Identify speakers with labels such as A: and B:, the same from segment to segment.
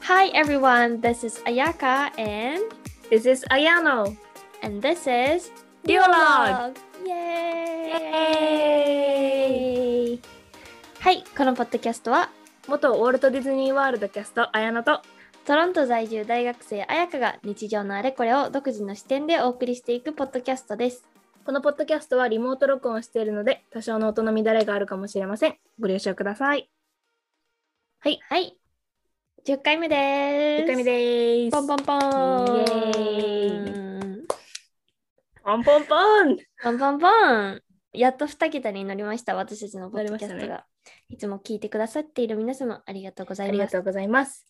A: Hi everyone, this is Ayaka and
B: This is Ayano.
A: and this is
B: Dialogue.
A: Yay! はい、このポッドキャストは
B: 元ウォルト・ディズニー・ワールドキャスト、Ayano と。
A: トロント在住大学生彩香が日常のあれこれを独自の視点でお送りしていくポッドキャストです。
B: このポッドキャストはリモート録音しているので、多少の音の乱れがあるかもしれません。ご了承ください。
A: はい、はい、10回目です。
B: 1回目です。
A: ポンポ
B: ン
A: ンポン。
B: イエーポンポ
A: ポン
B: ンポン
A: ポンポンやっと2桁に乗りました、私たちのポッドキャス
B: 乗
A: ト
B: りま
A: が。いつも聞いてくださっている皆様、ありがとうござ
B: あ
A: い
B: り
A: ま
B: が
A: す。
B: とうございます。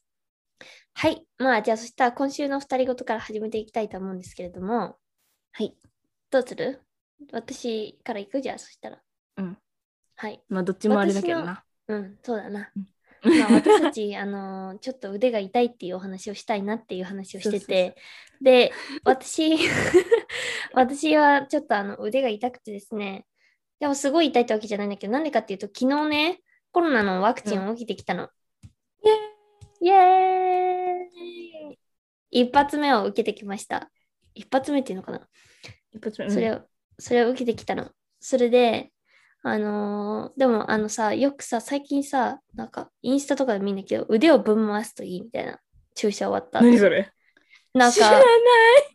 A: はい、まあじゃあそしたら今週の2人ごとから始めていきたいと思うんですけれども、
B: はい。
A: どうする私から行くじゃあそしたら。
B: うん。
A: はい、
B: まあ、どっちもあれだけどな。
A: うん、そうだな。
B: うん
A: まあ、私たち、あのーちょっと腕が痛いっていうお話をしたいなっていう話をしてて、
B: そうそう
A: で、私、 私はちょっとあの腕が痛くてですね、でもすごい痛いってわけじゃないんだけど、なんでかっていうと、昨日ね、コロナのワクチンを受けてきたの。イエーイ一発目を受けてきました。一発目っていうのかな
B: 一発目。うん
A: それを、それを受けてきたの。それで、あのーでもあのさ、よくさ、最近さ、なんかインスタとかで見るんだけど、腕をぶん回すといいみたいな。注射終わった後。
B: 何それ
A: なん
B: 知らな
A: か
B: い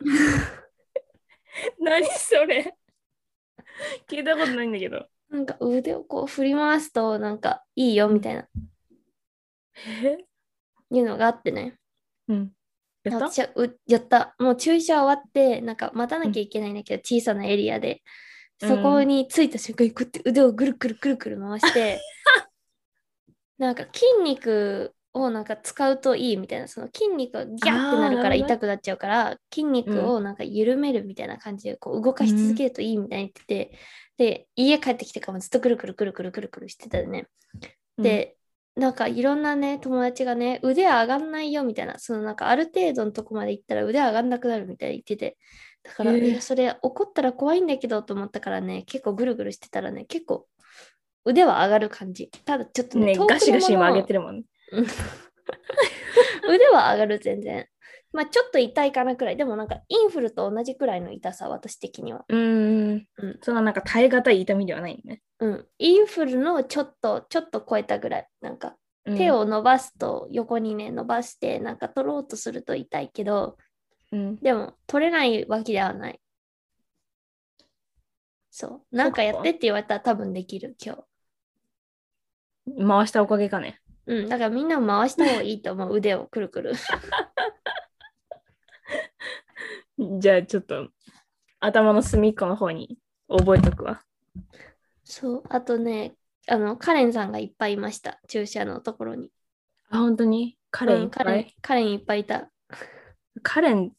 B: 何それ聞いたことないんだけど。
A: なんか腕をこう振り回すと、なんかいいよみたいな、
B: え
A: いうのがあってね。
B: うん。やった
A: 私はうやった。もう注射終わって、なんか待たなきゃいけないんだけど、小さなエリアで。そこに着いた瞬間にこうやって腕をぐるくるくるくる回 して、なんか筋肉をなんか使うといいみたいな、その筋肉がギャッてなるか
B: あーな
A: ら
B: るほど
A: 痛くなっちゃうから、筋肉をなんか緩めるみたいな感じでこう動かし続けるといいみたいに言ってて、で、家帰ってきてからもずっとくるくるくるくるくるくるしてたよね。
B: うん、
A: で、なんかいろんなね、友達がね、腕上がんないよみたいな、そのなんかある程度のとこまで行ったら腕上がんなくなるみたいに言ってて、だから、
B: へえ
A: いやそれ怒ったら怖いんだけどと思ったからね、結構ぐるぐるしてたらね、結構腕は上がる感じ。ただちょっとね、
B: ね、
A: 遠くの
B: ガシガシ今
A: もの
B: 上げてるもんね。
A: 腕は上がる全然。まあちょっと痛いかなくらい、でもなんかインフルと同じくらいの痛さ、私的には。
B: うーん
A: うん。
B: そんななんか耐え難い痛みではないね。
A: うん、インフルのちょっと、ちょっと超えたぐらい、なんか。
B: うん
A: 手、を伸ばすと横にね伸ばしてなんか取ろうとすると痛いけど
B: うん、
A: でも取れないわけではないそうなんかやってって言われたら多分できる今日
B: 回したおかげかね。
A: うんだからみんなも回した方がいいと思 う腕をくるくる
B: じゃあちょっと頭の隅っこの方に覚えとくわ。
A: そうあとねあのカレンさんがいっぱいいました注射のところに
B: あ、本当にカレンい
A: うん
B: っ
A: カ
B: ぱ
A: レン
B: い。
A: カレンいっぱいいた
B: カレン、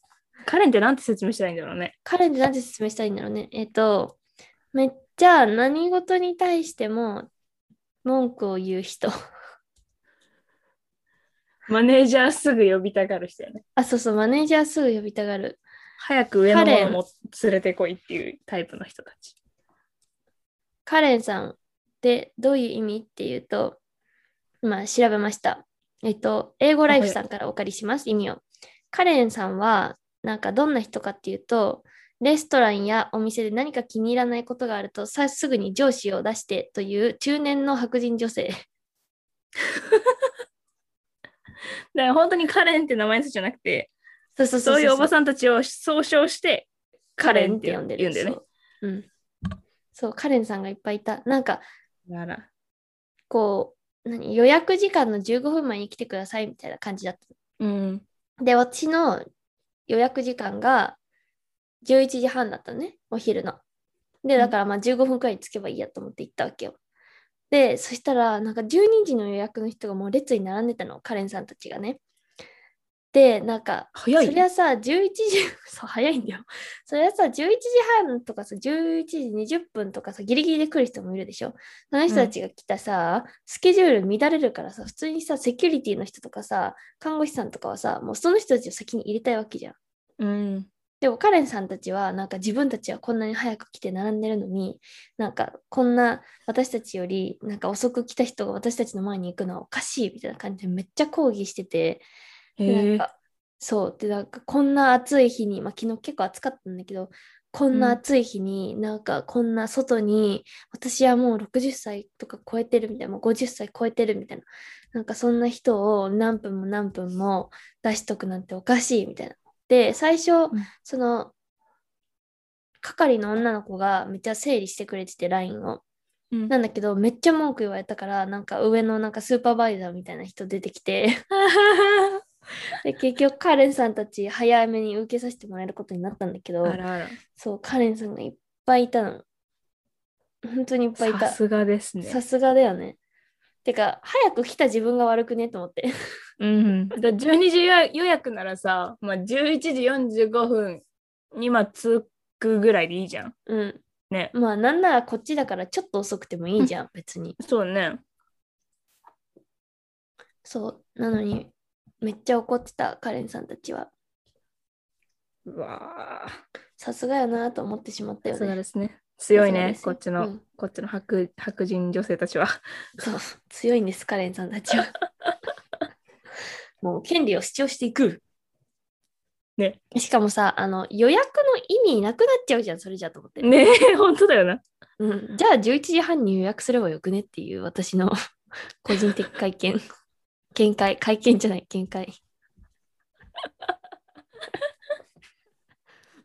B: カレンってなんて説明したらいいんだろうね。
A: カレンってなんて説明したらいいんだろうねえっとめっちゃ何事に対しても文句を言う人
B: マネージャーすぐ呼びたがる人よね。
A: あ、そうそう、マネージャーすぐ呼びたがる。
B: 早く上の
A: カレ
B: もの
A: ン
B: も連れてこいっていうタイプの人たち。
A: カレンさんってどういう意味っていうと、まあ調べました。えっと、英語ライフさんからお借りします、意味を。カレンさんは、なんかどんな人かっていうと、レストランやお店で何か気に入らないことがあると、さすぐに上司を出してという中年の白人女性。
B: だから本当にカレンって名前の人じゃなくて、
A: そうそう
B: そういうおば
A: ん、
B: さんたちを総称してカレンって呼んでるんだよね。
A: そううん。そう、カレンさんがいっぱいいた。なんか、
B: なら。
A: こう、何予約時間の15分前に来てくださいみたいな感じだった。
B: うん。
A: で、私の予約時間が11時半だったのね、お昼の。で、
B: うん
A: だからまあ15分くらいに着けばいいやと思って行ったわけよ。で、そしたら、なんか12時の予約の人がもう列に並んでたの、カレンさんたちがね。で、なんか、
B: 早い
A: そ
B: ね
A: りゃさ、11時、 そう、早いんだよ。そりゃさ、11時半とかさ、11時20分とかさ、ギリギリで来る人もいるでしょ。その人たちが来たさ、スケジュール乱れるからさ、普通にさ、セキュリティの人とかさ、看護師さんとかはさ、もうその人たちを先に入れたいわけじゃん。
B: うん。
A: でもカレンさんたちはなんか自分たちはこんなに早く来て並んでるのになんかこんな私たちよりなんか遅く来た人が私たちの前に行くのはおかしいみたいな感じでめっちゃ抗議しててでなん
B: へえ。
A: かそうでなんかこんな暑い日に、まあ、昨日結構暑かったんだけどこんな暑い日に、なんかこんな外に私はもう60歳とか超えてるみたいなもう50歳超えてるみたいななんかそんな人を何分も何分も出しとくなんておかしいみたいな。で最初、
B: ん
A: その係の女の子がめっちゃ整理してくれてて LINE を。
B: うん
A: なんだけどめっちゃ文句言われたからなんか上のなんかスーパーバイザーみたいな人出てきて。 で結局カレンさんたち早めに受けさせてもらえることになったんだけど
B: あらあら。
A: そうカレンさんがいっぱいいたの本当にいっぱいいた
B: さすがですね。
A: さすがだよねてか早く来た自分が悪くねと思って
B: うん。だ12時予約ならさ、まあ、11時45分にまあ着くぐらいでいいじゃん。
A: うん
B: ね。
A: まあなんならこっちだからちょっと遅くてもいいじ ゃん別に
B: そうね。
A: そうなのにめっちゃ怒ってたカレンさんたちは
B: うわあ。
A: さすがやなと思ってしまった
B: さ
A: よ
B: すが
A: ね
B: ですね。強い
A: さすがで
B: ね
A: す、
B: こっちの、
A: うん
B: こっちの白白人女性たちは。
A: そう強いんですカレンさんたち はもう権利を主張していく
B: ね。
A: しかもさあの予約の意味なくなっちゃうじゃんそれじゃと思って、
B: ねえ、本当だよな。
A: うん、じゃあ11時半に予約すればよくねっていう私の 個人的会見見解会見じゃない見 解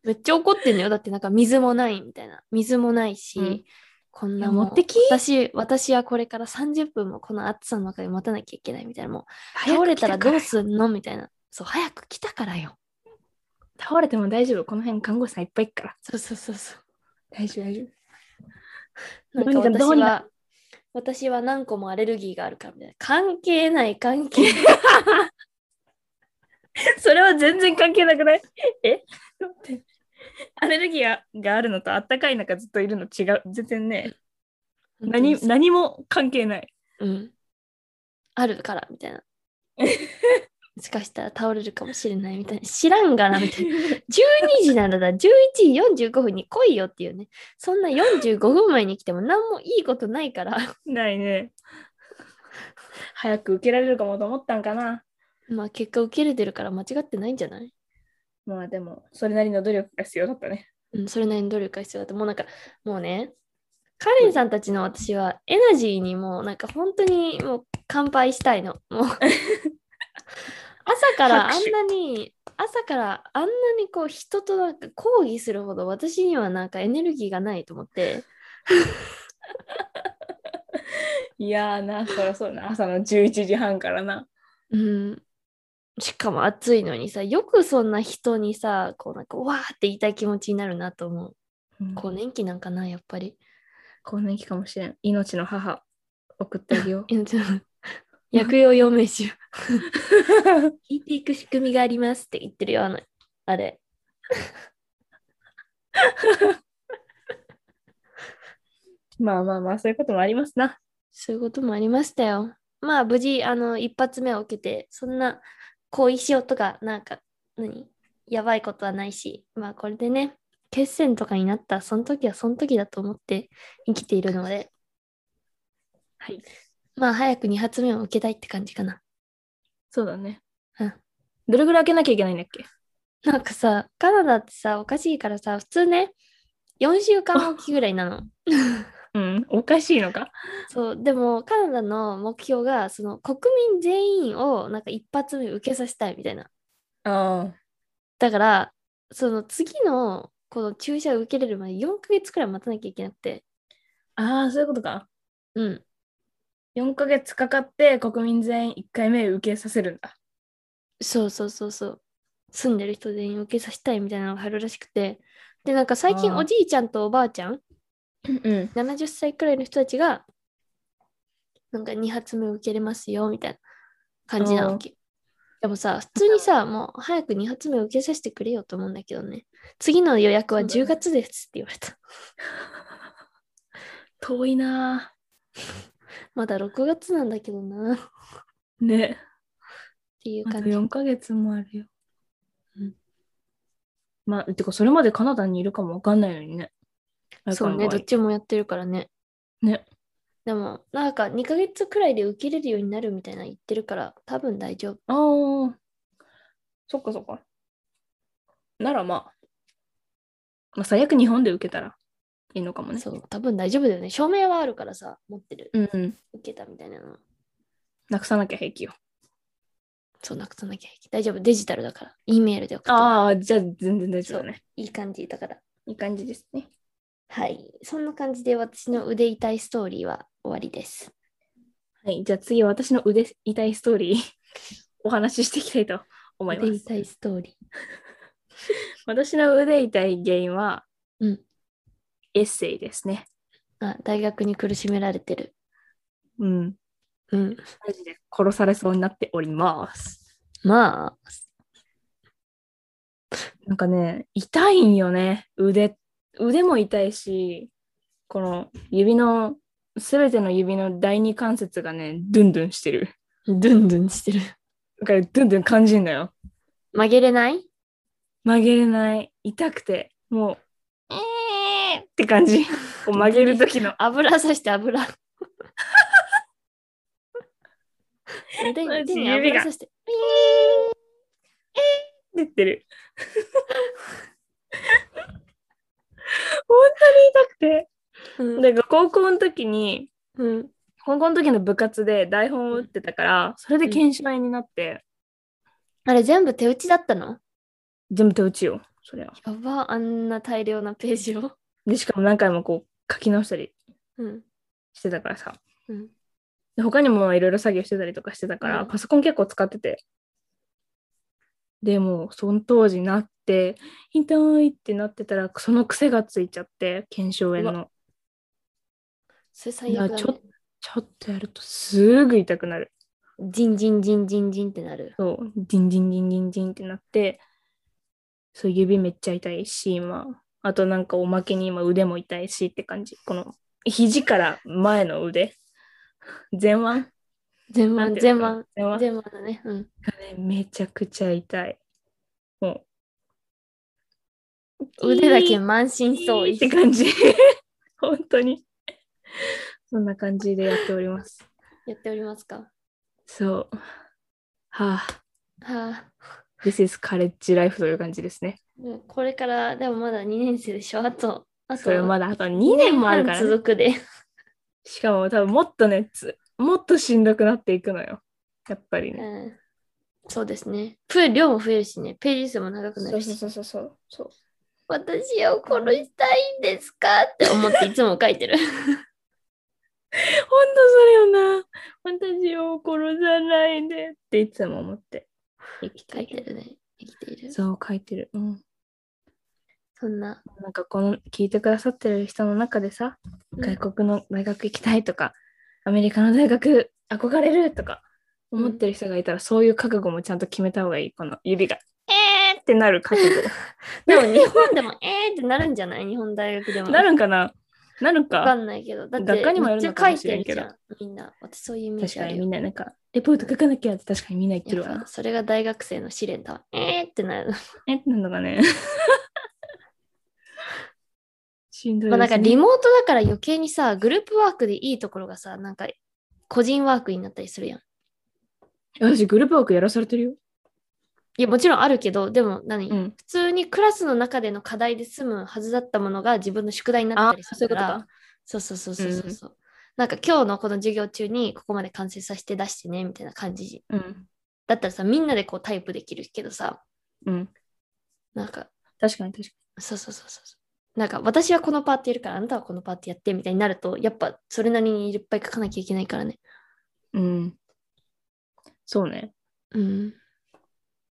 A: めっちゃ怒ってんのよだってなんか水もないみたいな水もないし、
B: うん
A: こんないも
B: や
A: う
B: 持ってき
A: 私私はこれから30分もこの暑さの中で待たなきゃいけないみたいなもう
B: 倒
A: 倒
B: れ
A: れ
B: た
A: た
B: ら
A: ら
B: ど
A: ど
B: う
A: う
B: す
A: すんのみたいなそう早く来たからよ
B: 倒れても大丈夫。この辺看護師さんいっぱいいっから。
A: そうそうそうそう
B: 大丈夫、大丈夫。
A: なんか
B: どう
A: 私
B: にかどうにか
A: は、私は何個もアレルギーがあるからみたいな。関係ない、関係ない。
B: それは全然関係なくない え待ってアレルギーがあるのとあったかい中ずっといるの違う全然ね 何
A: 何
B: 何も関係ない
A: うん。あるから、みたいな。 もしかしたら倒れるかもしれないみたいな。知らんがな、みたいな。12時ならだ、11時45分に来いよっていうね。そんな45分前に来ても何もいいことないから。
B: ないね早く受けられるかもと思ったんかな
A: まあ結果受け入れてるから間違ってないんじゃない
B: まあでもそれなりの努力が必要だったね
A: うん、それなりに努力が必要だともうなんかもうねカレンさんたちの私はエナジーにもうなんか本当にもう乾杯したいの もう朝からあ
B: 拍
A: ん
B: 手
A: なに朝からあんなにこう人となんか抗議するほど私にはなんかエネルギーがないと思って
B: いやーなそりゃそうな朝の11時半からな
A: うんしかも暑いのにさよくそんな人にさこうなんかわーって言いたい気持ちになるなと思う更年期なんかなやっぱり
B: 更年期かもしれん命の母送ってあげよう
A: いやちょっと 薬用養命酒聞いていく仕組みがありますって言ってるよ、あの、あれ。
B: まあまあまあそういうこともありますな
A: そういうこともありましたよ。まあ、無事、あの、一発目を受けて、そんな後遺症とか、なんか、何やばいことはないし、まあ、これでね、血栓とかになった、その時はその時だと思って生きているので、
B: はい
A: まあ、早く2発目を受けたいって感じかな。
B: そうだね
A: うん
B: どれぐらい開けなきゃいけないんだっけ
A: なんかさ、カナダってさ、おかしいからさ、普通ね、4週間おきぐらいなの。
B: うん、おかしいのか。
A: そうでもカナダの目標がその国民全員をなんか一発目受けさせたいみたいな
B: あ
A: だからその次のこの注射を受けれるまで4ヶ月くらい待たなきゃいけなくて
B: あー、そういうことか。
A: うん
B: 4ヶ月かかって国民全員1回目受けさせるんだ。
A: そうそうそうそう住んでる人全員受けさせたいみたいなのがあるらしくてでなんか最近
B: あー
A: おじいちゃんとおばあちゃん
B: うん。
A: 70歳くらいの人たちがなんか2発目受けれますよみたいな感じなわけ。でもさ、普通にさ、もう早く2発目受けさせてくれよと思うんだけどね。次の予約は
B: そうだね
A: 10月ですって言われた。
B: 遠いな
A: まだ6月なんだけどなっ
B: ぁ。ね。
A: ていう
B: あと
A: 感じ。
B: 4ヶ月もあるよ。
A: うん。
B: まあ、てか、それまでカナダにいるかもわかんないのにね。
A: そうね、どっちもやってるからね。
B: ね。
A: でも、なんか2ヶ月くらいで受けれるようになるみたいなの言ってるから、多分大丈夫。
B: ああ。そっかそっか。ならまあ、まあ、最悪日本で受けたらいいのかもね。
A: そう、多分大丈夫だよね。証明はあるからさ、持ってる。
B: うんうん。
A: 受けたみたいなの。
B: なくさなきゃ平気よ。
A: そう、なくさなきゃいけない。大丈夫、デジタルだから。E メールで送ってもらう。
B: ああ、じゃあ全然大丈夫だね。
A: いい感じだから。
B: いい感じですね。
A: はい。そんな感じで私の腕痛いストーリーは終わりです。
B: はい。じゃあ次は私の腕痛いストーリーお話ししていきたいと思いま
A: 腕
B: す。
A: 痛いストーリー。
B: 私の腕痛い原因は、
A: うん
B: エッセイですね。
A: あ、大学に苦しめられてる。
B: うん。
A: うん。
B: マジで殺されそうになっております。
A: まあ、
B: なんかね、痛いんよね、腕。腕も痛いし、この指の、すべての指の第二関節がね、ドゥンドゥンしてる。
A: ドゥンドゥンしてる。
B: だから、ドゥンドゥン感じんだよ。
A: 曲げれない
B: 曲げれない。痛くて、もう、えーって感じ。こう曲げる 時の。
A: 油さして油。 腕に
B: マジ
A: 手に
B: 指が
A: 油さして。
B: 出てる。 本当に痛くて。
A: うん
B: だから高校の時に、
A: うん
B: 高校の時の部活で台本を打ってたから、それで研修会になって、
A: あれ全部手打ちだったの
B: 全部手打ちよ、それは。
A: やば、あんな大量なページを。
B: で、しかも何回もこう書き直したり
A: うん。
B: してたからさ。
A: うん。
B: で他にもいろいろ作業してたりとかしてたから、
A: うん
B: パソコン結構使ってて。でもう、その当時なって、痛いってなってたら、その癖がついちゃって、腱鞘炎
A: う
B: の。
A: それ最悪だ、ね。
B: いやちょっちょっとやるとすぐ痛くなる。
A: ジンジンジンジンジンってなる。
B: そう、ジンジンジンジンジンってなって、そう、指めっちゃ痛いし、今、あとなんかおまけに今腕も痛いしって感じ。この、肘から前の腕、前腕
A: 全
B: なん
A: 腕、
B: てい
A: 全
B: う
A: 腕
B: のかな。前腕
A: 全腕だね。うん。
B: ねめちゃくちゃ痛い。もう。
A: 腕だけ
B: も
A: 満身創痍
B: っ。て感じ。 本当に。そんな感じでやっております。
A: やっておりますか。
B: そう。はあ、
A: はあ。
B: This is college life という感じですね。
A: もうこれから、でもまだ2年生でしょ。あと、あ
B: それ
A: と、
B: まだあと2年もあるから、ね。
A: 続くで。
B: しかも多分もっとねつ、もっとしんどくなっていくのよ。やっぱり
A: う
B: ね。
A: ん。そうですね。プール量も増えるしね。ページ数も長くなるし。
B: うそうそうそう。
A: 私を殺したいんですかって思っていつも書いてる。
B: 本当それよな。私を殺さないでっていつも思って生き
A: 書
B: て
A: いて
B: る。
A: るね。生きている。そ
B: そう書いてる。うん。
A: んな。
B: なんかこの聞いてくださってる人の中でさ、
A: うん
B: 外国の大学行きたいとか、アメリカの大学憧れるとか思ってる人がいたら、そういう覚悟もちゃんと決めた方がいい。この指が、えーってなる覚 悟。
A: でも日本でもえーってなるんじゃない日本大学でも。
B: なるんかななるん
A: わか
B: か。
A: んないけど。だって
B: 学科にもよ
A: めっ
B: る
A: ちゃ
B: の
A: 書
B: か
A: い
B: もしてれ
A: る
B: んけ
A: じ
B: ど
A: ゃん。みんな。私そういうイメー
B: 確
A: ジあ
B: か
A: る
B: に
A: よ
B: みんななんか、レポート書かなきゃって確かにみんな言ってる
A: やっ
B: わ
A: ぱ。それが大学生の試練だわ。えーってなる。
B: えってなんだ かね。しんどい
A: まあ
B: です
A: な
B: ね
A: んかリモートだから余計にさ、グループワークでいいところがさ、なんか個人ワークになったりするやん。
B: 私、グループワークやらされてるよ。
A: いやもちろんあるけど、でも何、
B: ん。
A: 普通にクラスの中での課題で済むはずだったものが自分の宿題になっ
B: あ
A: たりす
B: そうい
A: る
B: うこ
A: か
B: と
A: ら
B: か。。
A: そうそうそうそうそうそう。なんか今日のこの授業中にここまで完成させて出してねみたいな感じ
B: うん。
A: だったらさみんなでこうタイプできるけどさ
B: うん。
A: なんか
B: 確かに確かに。
A: そうそうそうそうそうなんか私はこのパーティーやるからあなたはこのパーティーやってみたいになるとやっぱそれなりにいっぱい書かなきゃいけないからね
B: うん。そうね。
A: うん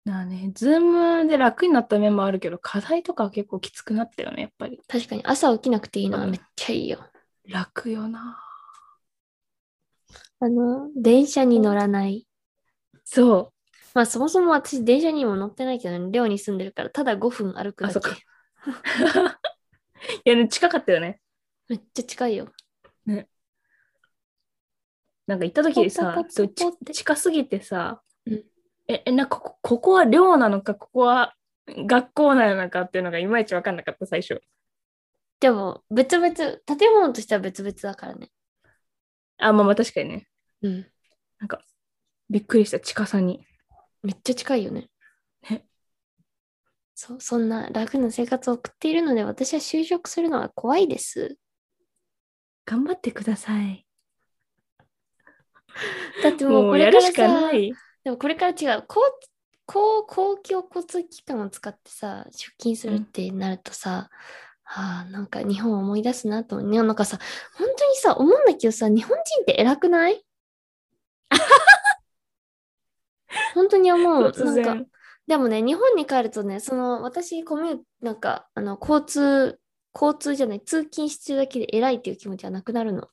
B: なあね、ズームで楽になった面もあるけど、課題とかは結構きつくなったよね、やっぱり。
A: 確かに朝起きなくていいのは
B: うん
A: めっちゃいいよ
B: 楽よな。
A: あの電車に乗らない
B: そ
A: まあそもそも私電車にも乗ってないけど、ね、寮に住んでるからただ5分歩くだ
B: あそ
A: け
B: っかう。 いや、ね、近かったよね。
A: めっちゃ近いよ
B: なんか行った時
A: ポ
B: さ
A: ッ、ポ
B: そ
A: ッポッ
B: う
A: ポッって
B: ち近すぎてさ、
A: うん
B: え、え、なんかここ、ここは寮なのか、ここは学校なのかっていうのがいまいちわかんなかった、最初。
A: でも別々建物としては別々だからね
B: あ、まあまあ確かにね。
A: うん
B: びっくりした、近さに。
A: めっちゃ近いよね
B: ね
A: そうそんな楽な生活を送っているので、私は就職するのは怖いです。
B: 頑張ってください。
A: だってもう
B: も
A: こ
B: う
A: れ
B: や
A: か
B: る
A: ら
B: しかな
A: さ、
B: い。
A: でもこれから違う、こうこう公共交通機関を使ってさ、出勤するってなるとさ、あーなんか日本を思い出すなと思うね。なんかさ、本当にさ、思うんだけどさ、日本人って偉くない 本当に思う。
B: 突
A: なんか
B: 然。
A: でもね、日本に帰るとね、その私、コミュなんか、あの、交通、交通じゃない、通勤してるだけで偉いっていう気持ちはなくなるの。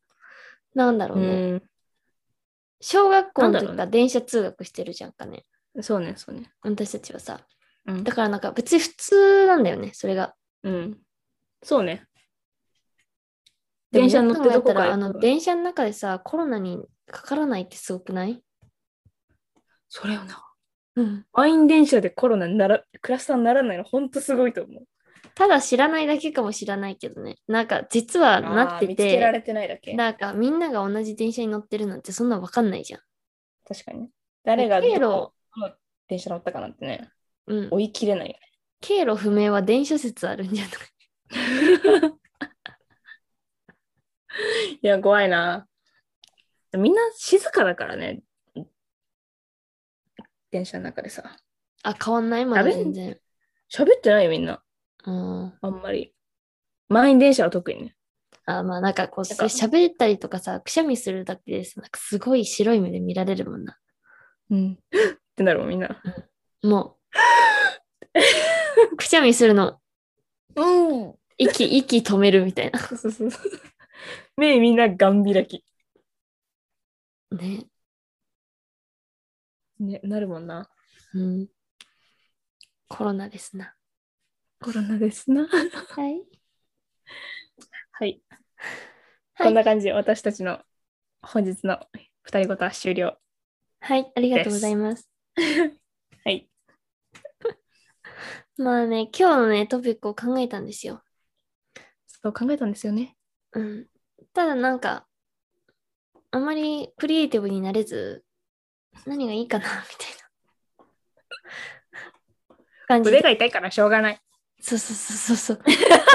A: なんだろうね。小学校の
B: なんだ
A: 時
B: ろ
A: か
B: うね
A: ら電車通学してるじゃんかね。
B: うん。そうね、そうね。
A: 私たちはさ。
B: うん
A: だ。からなんか別に普通なんだよね、それが。
B: うん、そうね。電車に乗って
A: で
B: どこ
A: もよく考えた
B: かへ
A: らあの、電車の中でさ、コロナにかからないってすごくない
B: それよな。
A: うん。
B: 満員電車でコロナになら、クラスターにならないの、ほんとすごいと思う。
A: ただ知らないだけかもしれないけどね。なんか実はなっ
B: あー
A: て
B: 見つけら
A: て、
B: れてないだけ。
A: なんかみんなが同じ電車に乗ってるなんてそんなわかんないじゃん。
B: 確かにね。誰がど
A: 経路
B: この電車乗ったかなんてね、
A: うん、
B: 追い切れないよ
A: 経路不明は電車説あるんじゃない
B: ね。いや、怖いな。みんな静かだからね。電車の中でさ。
A: あ、変わんないまだ
B: あれ
A: 全然。
B: 喋ってないよ、みんな。
A: うん、
B: あんまり。満員電車は特にね。
A: あまあなんかこう
B: なんか
A: 喋ったりとかさくしゃみするだけですなんかすごい白い目で見られるもんな
B: うん。ってなるもん、みんな。
A: も うくしゃみするの
B: うん。
A: 息息止めるみたい
B: そうそうそう。 目みんなガン開き。
A: なね、
B: ね、なるもんな。
A: うん、コロナですな
B: コロナですな。
A: はい、
B: はい。
A: は、
B: こんない感じで私たちの本日の二人ごとは終了。
A: はい、ありがとうございます
B: はい。
A: まあね今日のねトピックを考えたんですよ
B: そう考えたんですよね。
A: うん、ただなんかあまりクリエイティブになれず何がいいかなみたいな感じ
B: 腕
A: で
B: が痛いからしょうがない。
A: そうそうそうそうそう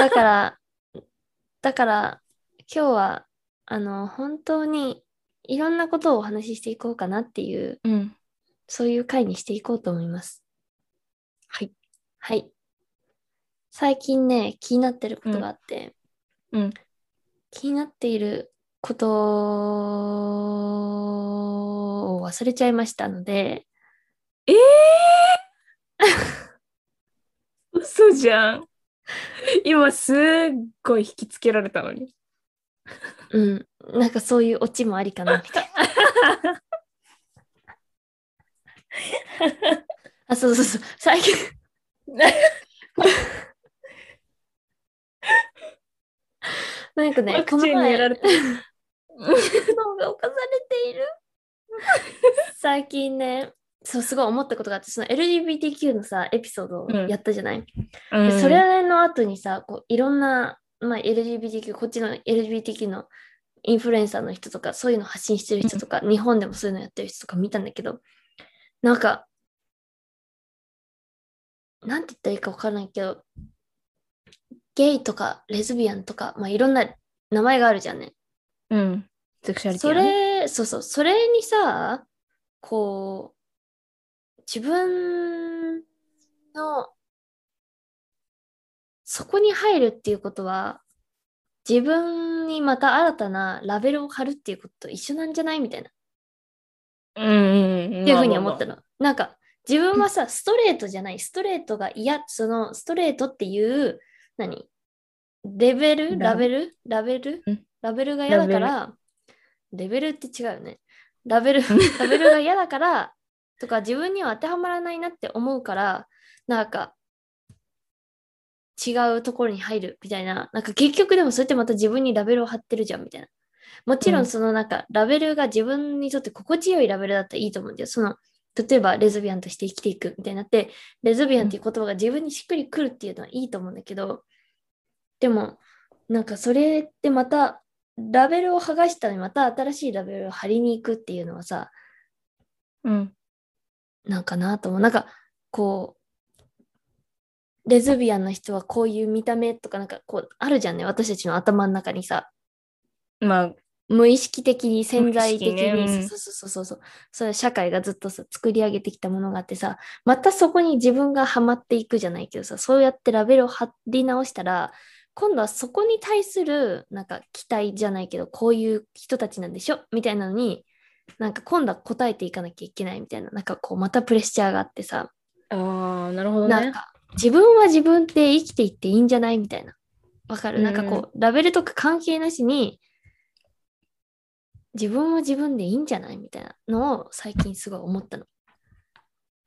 A: だから だから今日はあの本当にいろんなことをお話ししていこうかなっていう
B: うん。
A: そういう回にしていこうと思います
B: はい
A: はい最近ね気になってることがあって、
B: うん。
A: 気になっていることを忘れちゃいましたので、
B: ええー、嘘じゃん。今すっごい引きつけられたのに。
A: うん、なんかそういうオチもありかなみ たいな。あ、そうそうそう、最 近。なんかね、
B: ワ
A: こ
B: ク
A: の
B: チンに
A: 前、
B: やられてる。
A: 脳が侵されている。最近ね、そう、すごい思ったことがあって、その LGBTQ のさ、エピソードをやったじゃない、でそれの後にさこういろんな、まあ、LGBTQ こっちの LGBTQ のインフルエンサーの人とかそういうの発信してる人とか、日本でもそういうのやってる人とか見たんだけどなんかなんて言ったらいいか分からないけどゲイとかレズビアンとか、まあ、いろんな名前があるじゃんね。
B: うん。セクシャリティ
A: そ
B: はね、
A: れそうそうそれにさこう自分のそこに入るっていうことは自分にまた新たなラベルを貼るっていうことと一緒なんじゃないみたいなっ
B: うんうん。
A: ていうふうに思った
B: の。
A: の。なんか自分はさストレートじゃないストレートが嫌そのストレートっていう何レベルラ
B: ラ
A: ベルラベル
B: うん
A: ラベルが嫌だからレベルって違うよねラベルラベルが嫌だからとか自分には当てはまらないなって思うからなんか違うところに入るみたいななんか結局でもそれってまた自分にラベルを貼ってるじゃんみたいなもちろ
B: うんん
A: そのなんかラベルが自分にとって心地よいラベルだったらいいと思うんだよその例えばレズビアンとして生きていくみたいになってレズビアンっていう言葉が自分にしっくりくるっていうのはいいと思うんだけどでもなんかそれってまたラベルを剥がしたのにまた新しいラベルを貼りに行くっていうのはさ
B: うん。
A: なんかなと思うなんかこうレズビアンの人はこういう見た目とかなんかこうあるじゃんね私たちの頭の中にさ
B: まあ、
A: 無意識的に潜在的
B: 無意識ねう
A: に
B: ん
A: そうそうそうそうそうそういう社会がずっとさ作り上げてきたものがあってさまたそこに自分がハマっていくじゃないけどさそうやってラベルを貼り直したら今度はそこに対するなんか期待じゃないけどこういう人たちなんでしょみたいなのになんか今度は答えていかなきゃいけないみたいななんかこうまたプレッシャーがあってさ、
B: ああ、なるほど
A: なん
B: ね。
A: か自分は自分で生きていっていいんじゃないみたいな。わかる、
B: うん
A: なんかこうラベルとか関係なしに自分は自分でいいんじゃないみたいなのを最近すごい思ったの。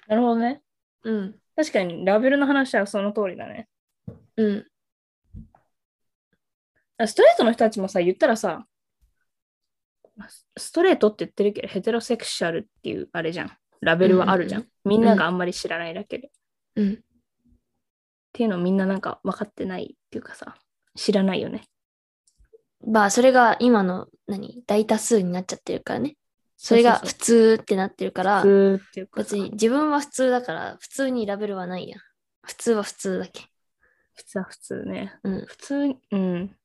B: なるほどね。
A: うん。
B: 確かに、ラベルの話はその通りだね。
A: うん。
B: ストレートの人たちもさ、言ったらさ、ストレートって言ってるけど、ヘテロセクシャルっていうあれじゃん。ラベルはあるじゃん。
A: う
B: みんながあんまり知らないだけで。っ
A: うん。
B: ていうのをみんななんか分かってないっていうかさ、知らないよね。
A: まあそれが今の何大多数になっちゃってるからね。それが
B: そう
A: 普
B: そう
A: 通ってなってるから
B: そう普通っていうかさ
A: 別に自分は普通だから普通にラベルはないやん。普通は普通だけ。
B: 普通は普通ね。
A: うん。
B: 普通に、うん。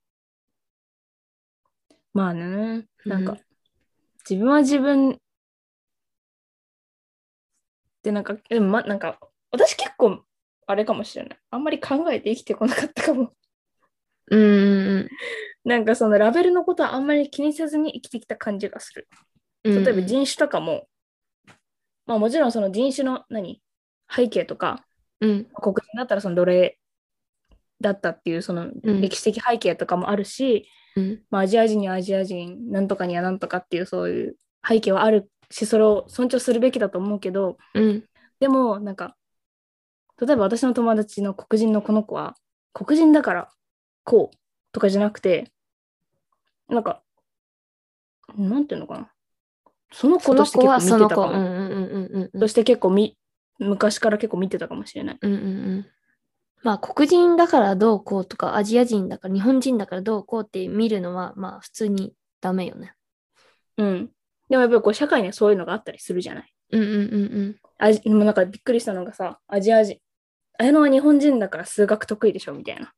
B: まあね、なんか、
A: うん
B: 自分は自分でなんか、でもま、なんか、私結構、あれかもしれない。あんまり考えて生きてこなかったかも。
A: うんうん
B: なんかそのラベルのことはあんまり気にせずに生きてきた感じがする。
A: うん。
B: 例えば人種とかも、まあもちろんその人種の何背景とか、
A: うん
B: 黒人だったらその奴隷だったっていうその
A: うん
B: 歴史的背景とかもあるし、
A: うん
B: まあ、アジア人にはアジア人、なんとかにはなんとかっていうそういう背景はあるし、それを尊重するべきだと思うけど、
A: うん
B: でも、なんか、例えば私の友達の黒人のこの子は、黒人だからこうとかじゃなくて、なんか、なんていうのかな。その
A: そ
B: 子と
A: の
B: して
A: 子
B: 結
A: はそ
B: 構見
A: の
B: てた
A: 子。
B: か
A: うんう
B: も。
A: んうんうんうんうん
B: と。して結構み、昔から結構見てたかもしれない。
A: うんうんうん。まあ黒人だからどうこうとかアジア人だから日本人だからどうこうって見るのはまあ普通にダメよね。
B: うん。でもやっぱりこう社会にはそういうのがあったりするじゃない。
A: うんうんうん
B: あじでもなんかびっくりしたのがさ、アジア人。綾乃は日本人だから数学得意でしょみたいな。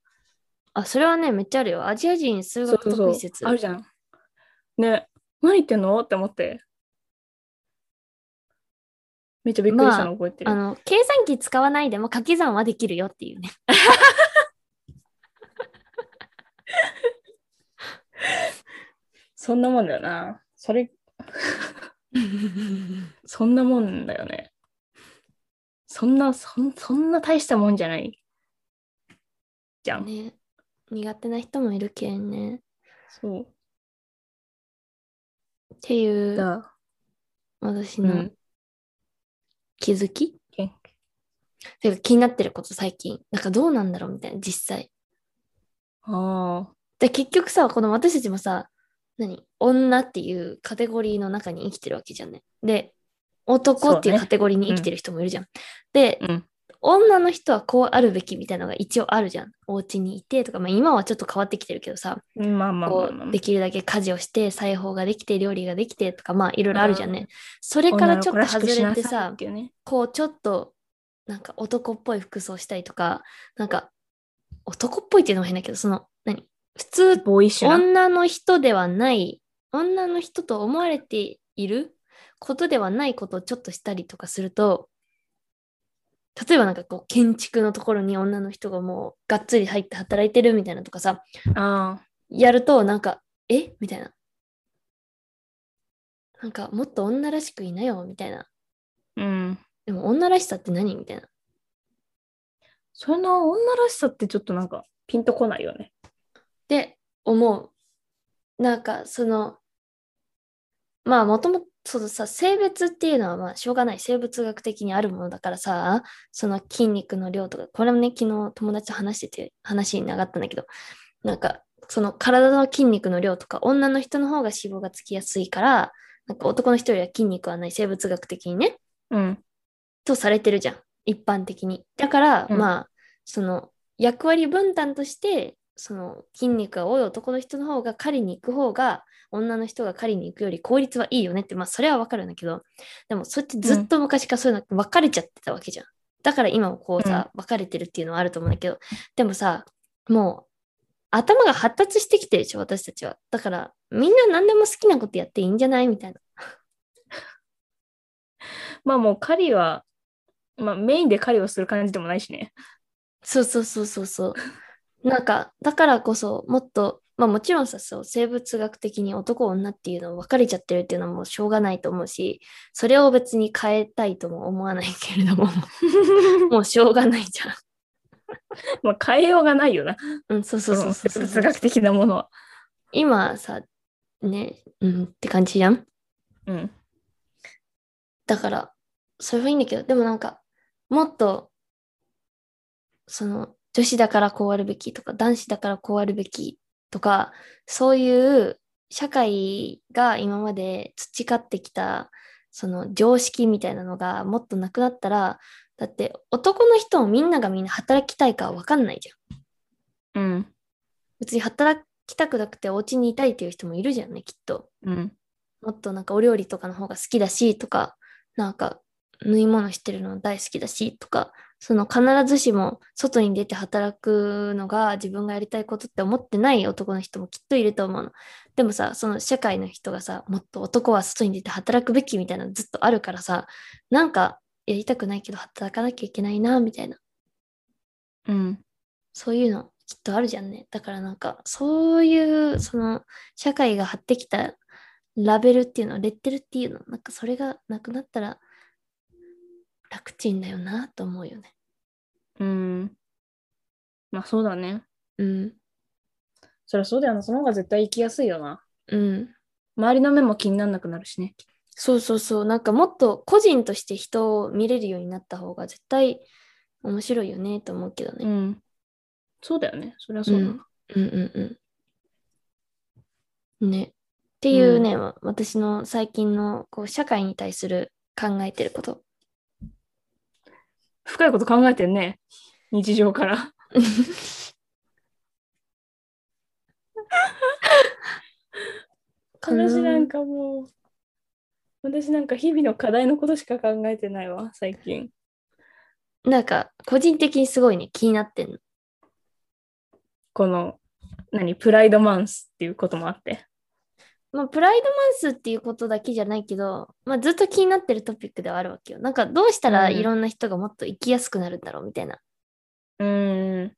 A: あそれはねめっちゃあるよ。アジア人数
B: そう
A: 学
B: そうそ
A: 得
B: う
A: 意説。
B: あるじゃん。ね、何言ってんのって思って。めっちゃびっくりしたの覚えてる。
A: あの計算機使わないでも掛け算はできるよっていうね。
B: そんなもんだよな。それ、そんなもんだよね。そんな、そんそんな大したもんじゃない。じゃん。
A: ね苦手な人もいるけんね。
B: そう。
A: っていう
B: だ、
A: 私
B: う
A: の
B: ん。
A: 気づき、
B: けん
A: てか気になってること最近。なんかどうなんだろうみたいな実際。
B: ああ。
A: で結局さこの私たちもさ何女っていうカテゴリーの中に生きてるわけじゃんね。で男っていう
B: そうね
A: カテゴリーに生きてる人もいるじゃん。で
B: うん。
A: 女の人はこうあるべきみたいなのが一応あるじゃん。お家にいてとか、まあ、今はちょっと変わってきてるけどさ
B: まあまあま
A: こ
B: あまあ
A: うできるだけ家事をして裁縫ができて料理ができてとかまあいろいろあるじゃんね。それからちょっと外れてさ
B: 女の子らしくしなさいっていうね
A: こうちょっとなんか男っぽい服装したりとかなんか男っぽいっていうのも変だけどその何普通
B: ボーイッシュな。
A: 女の人ではない女の人と思われていることではないことをちょっとしたりとかすると例えばなんかこう建築のところに女の人がもうがっつり入って働いてるみたいなとかさ
B: あ
A: やるとなんかえみたいななんかもっと女らしくいなよみたいな
B: あ。うん。
A: でも女らしさって何みたいな
B: そんな女らしさってちょっとなんかピンとこないよね。
A: って思う。なんかそのまあもともとそのさ性別っていうのはまあしょうがない生物学的にあるものだからさその筋肉の量とかこれもね昨日友達と話してて話に上がったんだけどなんかその体の筋肉の量とか女の人の方が脂肪がつきやすいからなんか男の人よりは筋肉はない生物学的にね
B: うん。
A: とされてるじゃん一般的にだから、
B: うん
A: まあその役割分担としてその筋肉が多い男の人の方が狩りに行く方が女の人が狩りに行くより効率はいいよねってまあそれはわかるんだけどでもそれってずっと昔からそういうの分かれちゃってたわけじゃん、だから今もこうさ、分かれてるっていうのはあると思うんだけど、でもさ、もう、頭が発達してきてるでしょ、私たちは。だから、みんな何でも好きなことやっていいんじゃないみたいな。
B: まあもう狩りは、まあメインで狩りをする感じでもないし ね。
A: そうそうそうそうそう。なんか、だからこそ、もっと、まあもちろんさ、そう、生物学的に男女っていうのを分かれちゃってるっていうのはもうしょうがないと思うし、それを別に変えたいとも思わないけれども、 もうしょうがないじゃん。
B: まあ変えようがないよな。
A: うん、そうそうそうそう
B: そ
A: そうう
B: 哲学的なものは。
A: 今さ、ね、うんって感じじゃん。
B: うん。
A: だから、それはいいんだけど、でもなんか、もっと、その、女子だからこうあるべきとか、男子だからこうあるべきとか、そういう社会が今まで培ってきた、その常識みたいなのがもっとなくなったら、だって男の人をみんながみんな働きたいかは分かんないじゃん。
B: うん。
A: 別に働きたくなくてお家にいたいっていう人もいるじゃんね、きっと。
B: うん。
A: もっとなんかお料理とかの方が好きだしとか、なんか縫い物してるの大好きだしとか、その必ずしも外に出て働くのが自分がやりたいことって思ってない男の人もきっといると思うの。でもさ、その社会の人がさ、もっと男は外に出て働くべきみたいなのずっとあるからさ、なんかやりたくないけど働かなきゃいけないなみたいな、
B: うん。
A: そういうのきっとあるじゃんね。だからなんかそういうその社会が貼ってきたラベルっていうのレッテルっていうのなんかそれがなくなったら楽ちんだよなと思うよね。
B: うん。まあそうだね。
A: うん
B: そりゃそうだよな。その方が絶対行きやすいよな。
A: うん。
B: 周りの目も気にならなくなるしね。
A: そうそうそうなんかもっと個人として人を見れるようになった方が絶対面白いよねと思うけど
B: う
A: ね。
B: ん。そうだよね。そりゃそうだな。
A: うんうんうん。ね。っていうね、私の最近のこう社会に対する考えてること。
B: 深いこと考えてんね。日常 から。
A: かな
B: 私なんかもう、私なんか日々の課題のことしか考えてないわ、最近。
A: なんか個人的にすごいね気になってんの。
B: この、何、プライドマンスっていうこともあって。
A: まあプライドマンスっていうことだけじゃないけど、まあ、ずっと気になってるトピックではあるわけよ。なんかどうしたら
B: うん
A: いろんな人がもっと生きやすくなるんだろうみたいな。
B: うーん。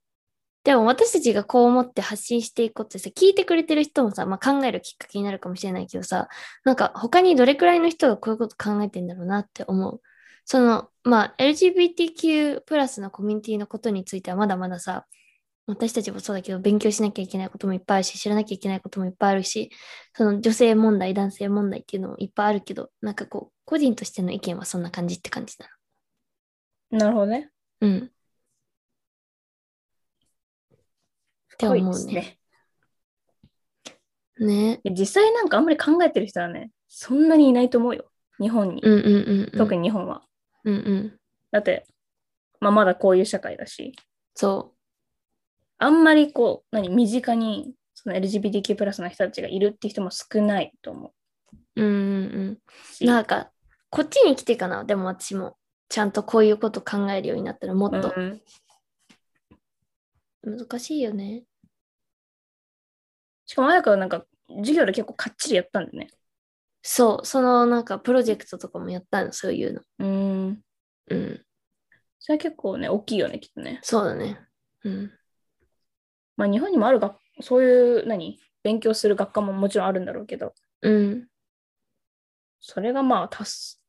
A: でも私たちがこう思って発信していくことってさ聞いてくれてる人もさ、まあ、考えるきっかけになるかもしれないけどさなんか他にどれくらいの人がこういうこと考えてんだろうなって思う。そのまあ LGBTQ+ プラスのコミュニティのことについてはまだまださ私たちもそうだけど勉強しなきゃいけないこともいっぱいあるし知らなきゃいけないこともいっぱいあるしその女性問題男性問題っていうのもいっぱいあるけどなんかこう個人としての意見はそんな感じって感じだ
B: なるほどね。
A: な。うん。って思うね
B: 深いですね。
A: ね。
B: いや実際なんかあんまり考えてる人はね、そんなにいないと思うよ。日本に。
A: うんうんうん、うん。
B: 特に日本は。
A: うんうん。
B: だって、まあ、まだこういう社会だし、
A: そ
B: あんまりこう、何、身近にその LGBTQ+ プラスの人たちがいるって人も少ないと思
A: う。うんうん
B: う
A: う
B: し。
A: ん。なんか、こっちに来てかな。でも私も、ちゃんとこういうこと考えるようになったらもっと
B: うん
A: 難しいよね。
B: しかも彩香はなんか授業で結構かっちりやったんだよね。
A: そう、そのなんかプロジェクトとかもやったの、そういうの。
B: うん。
A: うん。
B: それは結構ね、大きいよね、きっとね。
A: そうだね。うん。
B: まあ日本にもある学、そういう何、勉強する学科ももちろんあるんだろうけど、
A: うん。
B: それがまあ、たす、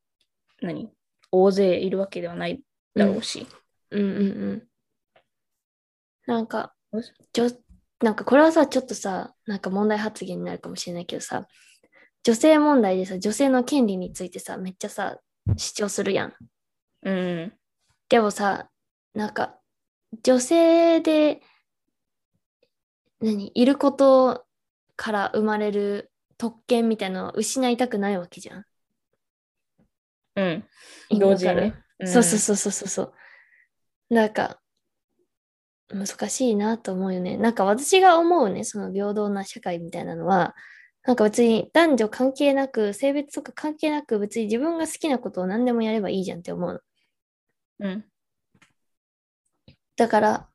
B: 何、大勢いるわけではないだろうし。
A: うんうんうん。なんか
B: よし、
A: じょなんかこれはさ、ちょっとさ、なんか問題発言になるかもしれないけどさ、女性問題でさ、女性の権利についてさ、めっちゃさ、主張するやん。
B: うん。
A: でもさ、なんか、女性で、何、いることから生まれる特権みたいなのは失いたくないわけじゃん。
B: うん。
A: 意味わ
B: 同
A: か
B: 時に
A: る
B: ね。ん
A: そうそうそうそうそうそう。なんか、難しいなと思うよね。なんか私が思うね、その平等な社会みたいなのは、なんか別に男女関係なく、性別とか関係なく、別に自分が好きなことを何でもやればいいじゃんって思うの。
B: うん。
A: だから、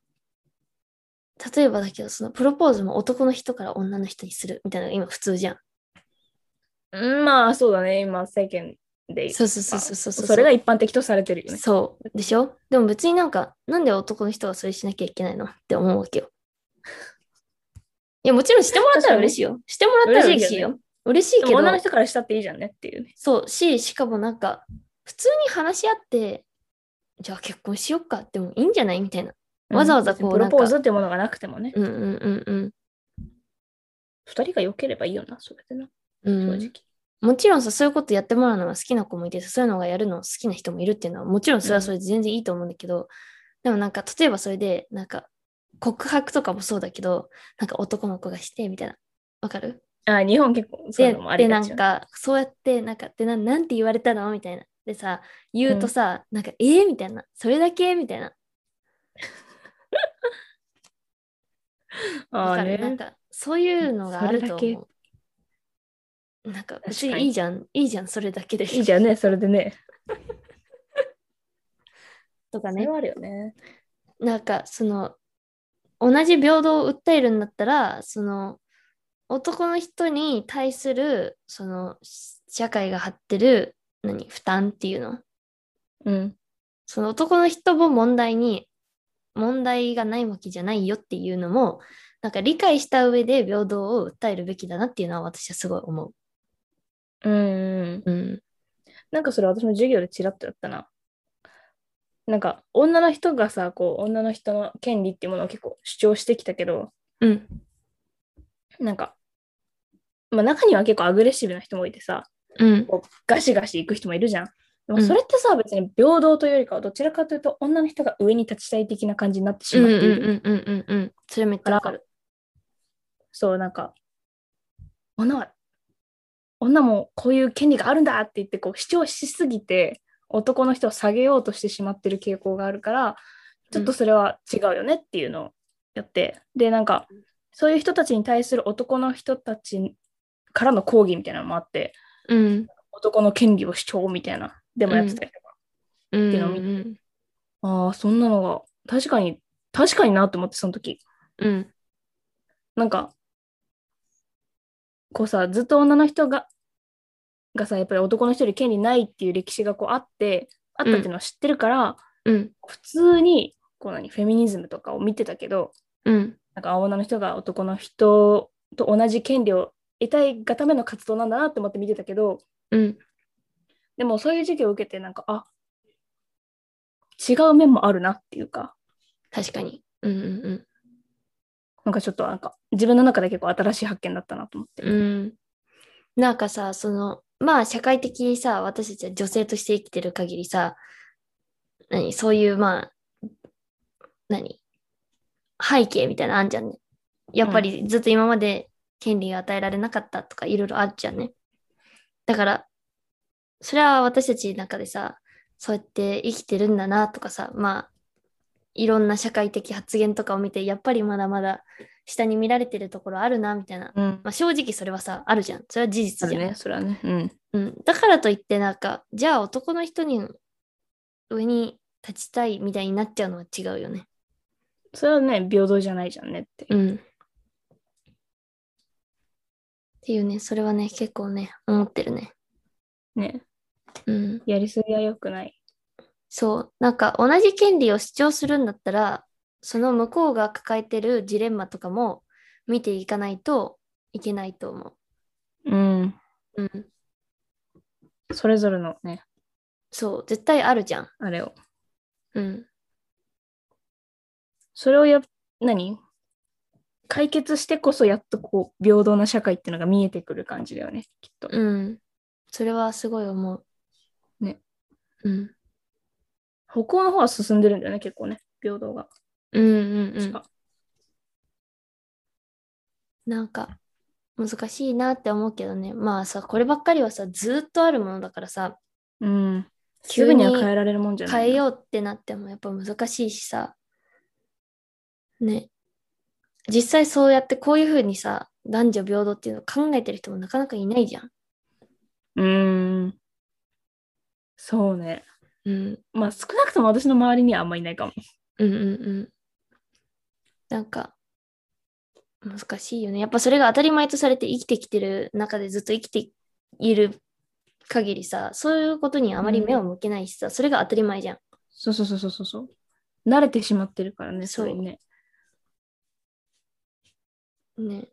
A: 例えばだけど、そのプロポーズも男の人から女の人にするみたいなのが今普通じゃん。
B: うんまあそうだね今世間で
A: そうそうそうそうそうう。
B: それが一般的とされてるよね
A: そうでしょでも別になんかなんで男の人がそれしなきゃいけないのって思うわけよ。いやもちろんしてもらったら嬉しいよ。してもらったら嬉しいよ。嬉しいけ
B: でも
A: ど
B: 女の人からしたっていいじゃんねっていうね
A: そうししかもなんか普通に話し合ってじゃあ結婚しよっかってもいいんじゃないみたいな。わざわざこうな
B: プロ
A: んか
B: ポーズってものがなくてもね
A: うんうんうんうん。
B: 二人が良ければいいよなそれでな
A: う
B: 正直、
A: ん、もちろんさそういうことやってもらうのが好きな子もいてさそういうのがやるの好きな人もいるっていうのはもちろんそれはそれで全然いいと思うんだけど、でもなんか例えばそれでなんか告白とかもそうだけどなんか男の子がしてみたいなわかる
B: あ日本結構そう
A: で
B: いうのもあ
A: で
B: り
A: な
B: が
A: ん
B: ちよね
A: かそうやってなんかでななんて言われたのみたいなでさ言うとさ、なんかえー、みたいなそれだけみたいな
B: あ
A: だか
B: あ
A: らなん
B: ね
A: かそういうのがあると
B: それだ
A: 思うなんか別
B: 確か
A: に
B: に
A: いいじゃんいいじゃんそれだけで
B: いいじゃんねそれでね
A: とか
B: そ
A: ね
B: れはあるよね
A: なんかその同じ平等を訴えるんだったらその男の人に対するそのし社会が張ってる何負担っていうの
B: うん
A: その男の人も問題に問題がないわけじゃないよっていうのもなんか理解した上で平等を訴えるべきだなっていうのは私はすごい思
B: うんうん
A: う。うん、
B: なんかそれ私も授業でチラッとやったな。なんか女の人がさこう女の人の権利っていうものを結構主張してきたけど
A: うん、
B: なんか、まあ、中には結構アグレッシブな人もいてさ
A: うん、
B: こうガシガシ行く人もいるじゃん。でも
A: うん
B: それってさ、別に平等というよりかはどちらかというと女の人が上に立ちたい的な感じになってし
A: うん、
B: まっ
A: う
B: ている。
A: ん、うん、うん、うん、それめっちゃわかる。
B: そうなんか女は女もこういう権利があるんだって言ってこう主張しすぎて男の人を下げようとしてしまってる傾向があるからちょっとそれは違うよねっていうのをやって、でなんかそういう人たちに対する男の人たちからの抗議みたいなのもあって
A: うん、
B: 男の権利を主張みたいなでもやってたりとか、
A: うん、
B: いうのを見ああそんなのが確かに確かになと思ってその時。
A: うん、
B: なんか、こうさ、ずっと女の人が、がさ、やっぱり男の人より権利ないっていう歴史がこうあって、あったっていうのを知ってるから、
A: うん、
B: 普通に、こう何、フェミニズムとかを見てたけど、
A: うん。
B: なんか女の人が男の人と同じ権利を得たいがための活動なんだなって思って見てたけど、
A: うん、
B: でもそういう授業を受けて、なんか、あ、違う面もあるなっていうか、
A: 確かに。うんうん
B: なんかちょっとなんか、自分の中で結構新しい発見だったなと思って。
A: うん。うん。なんかさ、その、まあ社会的にさ、私たちは女性として生きてる限りさ、何、そういう、まあ、何、背景みたいなのあんじゃんね。やっぱりずっと今まで権利が与えられなかったとかいろいろあるじゃんね。だから、それは私たちの中でさ、そうやって生きてるんだなとかさ、まあ、いろんな社会的発言とかを見て、やっぱりまだまだ下に見られてるところあるなみたいな。
B: うん。
A: まあ、正直それはさ、あるじゃん。それは事
B: あ
A: 実じ
B: る
A: ゃん。
B: ね、それはね。うん。
A: うん、だからといって、なんか、じゃあ男の人に上に立ちたいみたいになっちゃうのは違うよね。
B: それはね、平等じゃないじゃんねって。
A: うん。っていうね、それはね、結構ね、思ってるね。
B: ね、
A: うん。
B: やりすぎは良くない。
A: そう、なんか同じ権利を主張するんだったら、その向こうが抱えてるジレンマとかも見ていかないといけないと思
B: うん。
A: う。うん。
B: それぞれのね、
A: そう、絶対あるじゃん。
B: あれを。
A: うん。
B: それをや、何解決してこそやっとこう、平等な社会っていうのが見えてくる感じだよね、きっと。
A: うん。それはすごい思う。
B: ね。
A: うん。
B: 歩行の方は進んでるんだよね、結構ね、平等が。
A: うんうんう
B: 確
A: ん。
B: か。
A: なんか難しいなって思うけどね。まあさ、こればっかりはさ、ずーっとあるものだからさ、
B: うん。す
A: 急
B: ぐ
A: に
B: には変えられるもんじゃな
A: 変
B: い。
A: え
B: う。
A: ようってなってもやっぱ難しいしさ。ね。実際そうやってこういうふうにさ、男女平等っていうのを考えてる人もなかなかいないじゃん。
B: うん。そうね。
A: うん。
B: まあ、少なくとも私の周りにはあんまりいないかも。
A: うんうんうん。なんか、難しいよね。やっぱそれが当たり前とされて生きてきてる中でずっと生きている限りさ、そういうことにあまり目を向けないしさ、それが当たり前じゃん。
B: そうそうそうそうそうそう。慣れてしまってるからね、それにね。
A: ね。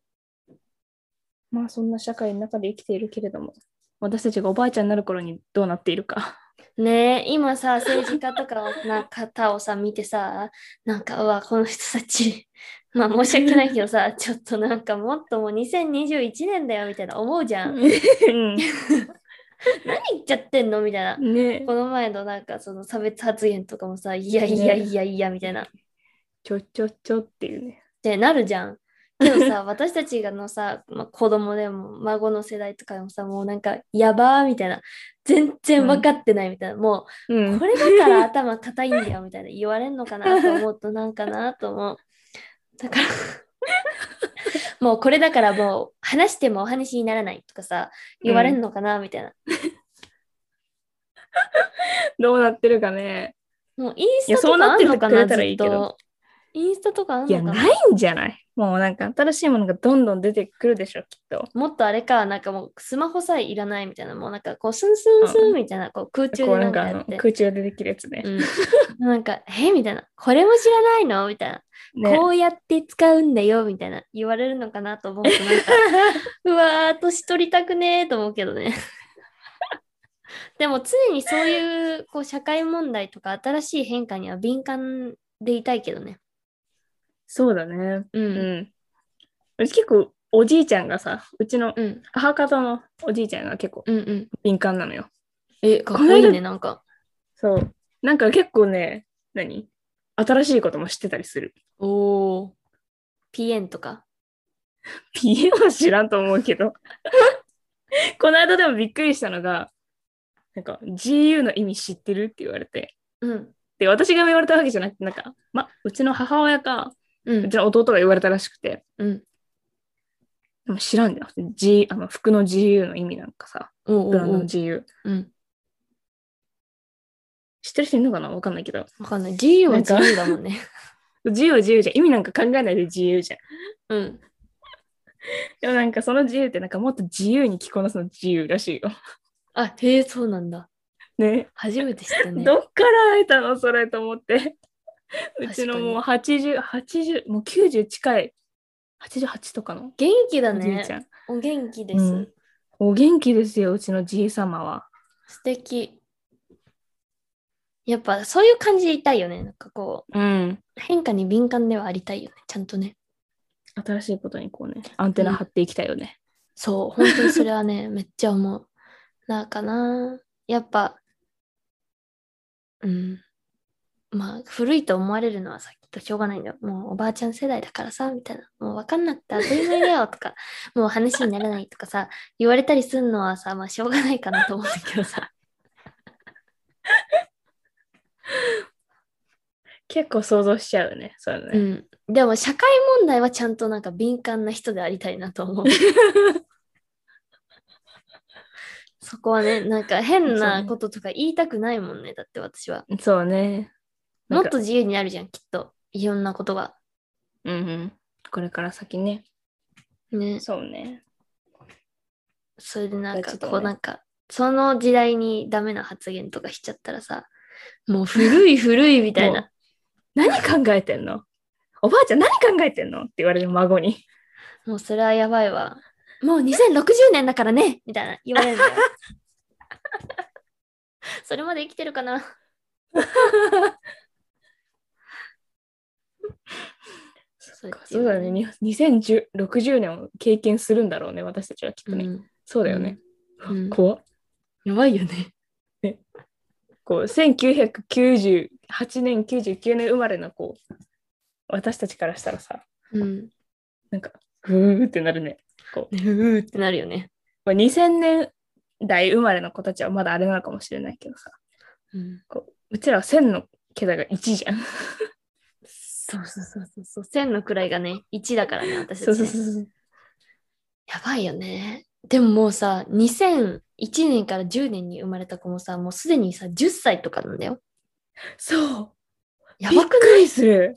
B: まあそんな社会の中で生きているけれども、私たちがおばあちゃんになる頃にどうなっている か。
A: ねえ今さ、政治家とかをな方をさ、見てさ、なんか、うわ、この人たち、 まあ申し訳ないけどさ、ちょっとなんかもっともう2021年だよみたいな思うじゃん。
B: うん
A: 何言っちゃってんのみたいな。
B: ね
A: この前のなんかその差別発言とかもさ、いやいやいやいやみたい な。っ
B: ちょちょちょっていうね。
A: てなるじゃん。でも さ、私たちがのさ、まあ、子供でも孫の世代とかでもさ、もうなんかやばーみたいな。全然分かってないみたいな。も
B: う
A: う、
B: ん
A: こ。れだから頭固いんだよみたいな言われんのかなと思うとなんかなと思う。だ からもうこれだからもう話してもお話にならないとかさ言われんのかなみたいな、
B: どうなってるかね。
A: もうインスタとかあんのか
B: いやそうな
A: な
B: ってくれたらいいけど
A: ずっとインスタとかあん
B: いや、
A: のか
B: な
A: ない
B: んじゃないもうなんか新しいものがどんどん出てくるでしょ、きっと。
A: もっとあれか、なんかもうスマホさえいらないみたいな、もうなんかこうスンスンスンみたいな、こう空中
B: こう
A: でなん
B: な
A: ん
B: か
A: か
B: あ
A: や
B: の
A: って。
B: 空中でできるやつね。
A: うん、なんか、えみたいな、これも知らないのみたいな、
B: ね
A: こうやって使うんだよみたいな言われるのかなと思うと、なん か、うわー、年取りたくねーと思うけどね。 でも常にそういうこう社会問題とか新しい変化には敏感でいたいけどね。
B: そうだね。
A: う。
B: うんん。うち結構おじいちゃんがさ、うちの
A: うん。
B: 母方のおじいちゃんが結構
A: うんうん。
B: 敏感なのよ。
A: え、かっこいいね、なんか。
B: そう。なんか結構ね、何新しいことも知ってたりする。
A: おお。ピエンとか。
B: ピエは知らんと思うけど。この間でもびっくりしたのが、なんか GU の意味知ってるって言われて。
A: うん。
B: で、私が言われたわけじゃなくて、なんか、ま、うちの母親か、
A: う
B: うんち。の弟が言われたらしくて、
A: うん。
B: でも知らんじゃなくて、G、あの服の GU の意味なんかさ、
A: おうお
B: ブ
A: う
B: ランド
A: お
B: の
A: う
B: GU。
A: うん。
B: 知ってる人いるのかなわかんないけど。
A: わかんない。GU は
B: なんか
A: GU だもんね。
B: GU は GU じゃん。意味なんか考えないで GU じゃん。
A: うん。
B: でもなんかその GU ってなんかもっと自由に着こなすの GU らしいよ。
A: あ、へえ、そうなんだ。
B: ね。
A: 初めて知ったね。
B: どっから得たのそれと思って。
A: に
B: うちのもう80、80、もう90近い、88とかの
A: 元気だ
B: おじいちゃ
A: ね。
B: ん。
A: お元気です。
B: うんお元気ですよ、うちのじい様は。
A: 素敵。やっぱそういう感じでいたいよね。なんかこう、
B: うん。
A: 変化に敏感ではありたいよね。ちゃんとね。
B: 新しいことにこうね、アンテナ張っていきたいよね。
A: そう、本当にそれはね、 めっちゃ思う。なんかな、やっぱ、うん。まあ、古いと思われるのはさっきとしょうがないんだよ。もうおばあちゃん世代だからさ、みたいな。もう分かんなくて当たり前だよとか、もう話にならないとかさ、言われたりするのはさ、まあしょうがないかなと思うんだけどさ。
B: 結構想像しちゃうね、そうだ
A: う
B: ね。
A: ん。でも社会問題はちゃんとなんか敏感な人でありたいなと思 う。そこはね、なんか変
B: そう
A: な
B: ね
A: こととか言いたくないもんね、だって私は。
B: そうね。
A: も
B: なん
A: っ
B: か
A: と自由になるじゃん、きっと。いろんなことが。
B: うんうん。これから先ね。
A: ね。
B: そうね。
A: それでなん
B: ちょ
A: か
B: っとね
A: こうなんか、その時代にダメな発言とかしちゃったら さ、もう古い古いみたい
B: も
A: な。
B: 何考えてんのおばあちゃん何考えてんのって言われる孫に。
A: もうそれはやばいわ。もう2060年だからねみたいな 言わ れるんだよ。それまで生きてるかな
B: そ
A: っ
B: っ
A: か
B: かそうだね。に2060年を経験するんだろうね、私たちはきっとね。
A: うん
B: そうだよね。
A: うんうん
B: 怖っ
A: やばいよね。
B: こう1998年、99年生まれのこう私たちからしたらさ、
A: うん。
B: なんか、ふーってなるね。
A: うーってなるよね。
B: まあ、2000年代生まれの子たちはまだあれなのかもしれないけどさ、
A: うん、
B: こううちらは1000の桁が1じゃん。
A: そうそうそうそうそう。千の位がね、1だからね、私たち、
B: そ
A: ね。
B: うそうそうそう。
A: やばいよね。でももうさ、2001年から10年に生まれた子もさ、もうすでにさ、10歳とかなんだよ。
B: そう
A: や
B: びっ
A: ばくない
B: くりする。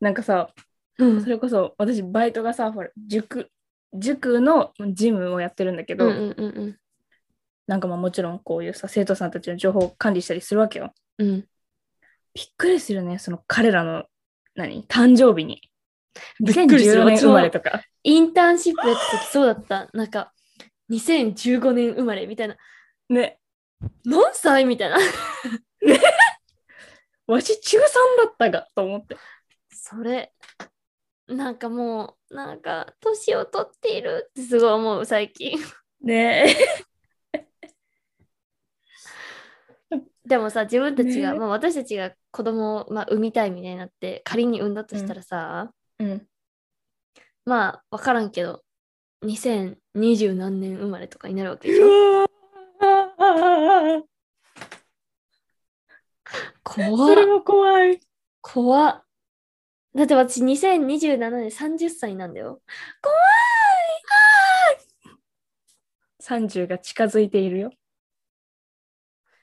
B: なんかさ、
A: うん
B: それこそ私バイトがさ、ほら、塾、塾のジムをやってるんだけ
A: う
B: ど、
A: んうんうん
B: なんかまあもちろんこういうさ、生徒さんたちの情報を管理したりするわけよ。
A: うんうん
B: びっくりするね、その彼らの、何誕生日に。
A: びっくりする
B: 2014年生まれとか。
A: インターンシップやった時そうだった。なんか、2015年生まれみたいな。
B: ね。
A: 何歳みたいな。
B: わし中3だったが、と思って。
A: それ、なんかもう、なんか、年を取っているってすごい思う、最近。
B: ね え。
A: でもさ、自分たちが、
B: ね
A: まあ、私たちが子供を、まあ、産みたいみたいになって、仮に産んだとしたらさ、
B: うん。
A: まあ、わからんけど、2020何年生まれとかになるわけでしょ。
B: うわー
A: 怖
B: そ
A: っ
B: れは怖い。
A: 怖っだって私2027年30歳なんだよ。
B: 30が近づいているよ。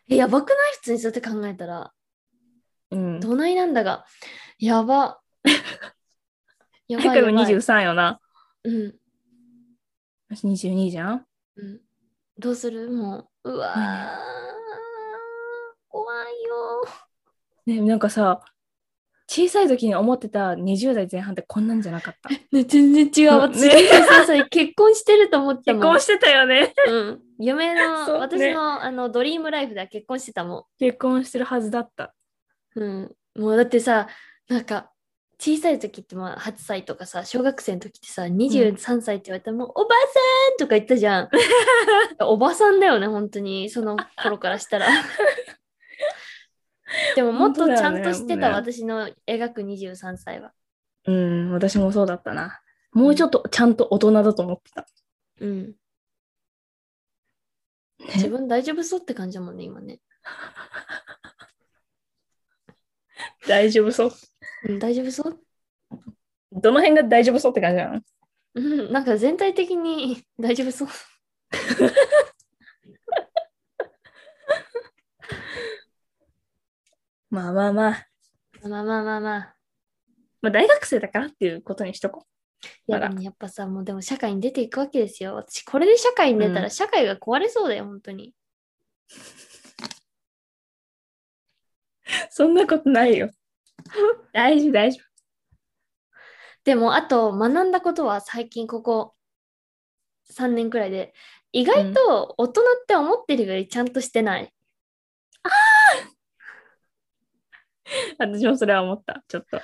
A: えやばくない普通にそうやって考えたら。
B: うん。
A: どないなんだが、や ば。やばい
B: だから
A: やばい。
B: 23よな。
A: うん、
B: 私22じゃん
A: うん。どうするもう。うわー怖いよ。
B: ね、なんかさ、小さい時に思ってた20代前半ってこんなんじゃな かった。
A: ね、全然違う。
B: う
A: 私、
B: ね
A: 23歳結婚してると思った
B: 結
A: もん
B: 婚。してたよね。
A: うん、嫁の、
B: そうね
A: 私のあのドリームライフでは結婚してたも
B: 結婚してるはずだった。
A: ん。うん、もうだってさ、なんか、小さい時ってまあ8歳とかさ、小学生の時ってさ、23歳って言われたらもう、おばさんとか言ったじゃん。おばさんだよね、本当に、その頃からしたら。でも、もっと
B: 本当
A: ち
B: だ
A: ゃ
B: よ
A: ん
B: ね
A: としてた、
B: もう
A: 私の描く23歳は。
B: うん、私もそうだったな。もうちょっとちゃんと大人だと思ってた。
A: うん。
B: ね
A: 自分大丈夫そうって感じだもんね、今ね。
B: 大丈夫そう。
A: うん、大丈夫そう
B: どの辺が大丈夫そうって感じなの
A: うん、なんか全体的に大丈夫そう。
B: まあまあまあ。
A: まあまあまあまあ。
B: まあ大学生だからっていうことにしとこ
A: いや
B: まだ
A: でもやっぱさ、もうでも社会に出ていくわけですよ。私、これで社会に出た
B: う
A: ら
B: ん
A: 社会が壊れそうだよ、本当に。
B: う。そんなことないよ。大丈夫大丈
A: でも、あと、学んだことは最近ここ3年くらいで、意外と大人って思ってるよりちゃんとしてない。
B: 夫。私もそれは思った。ちょっと。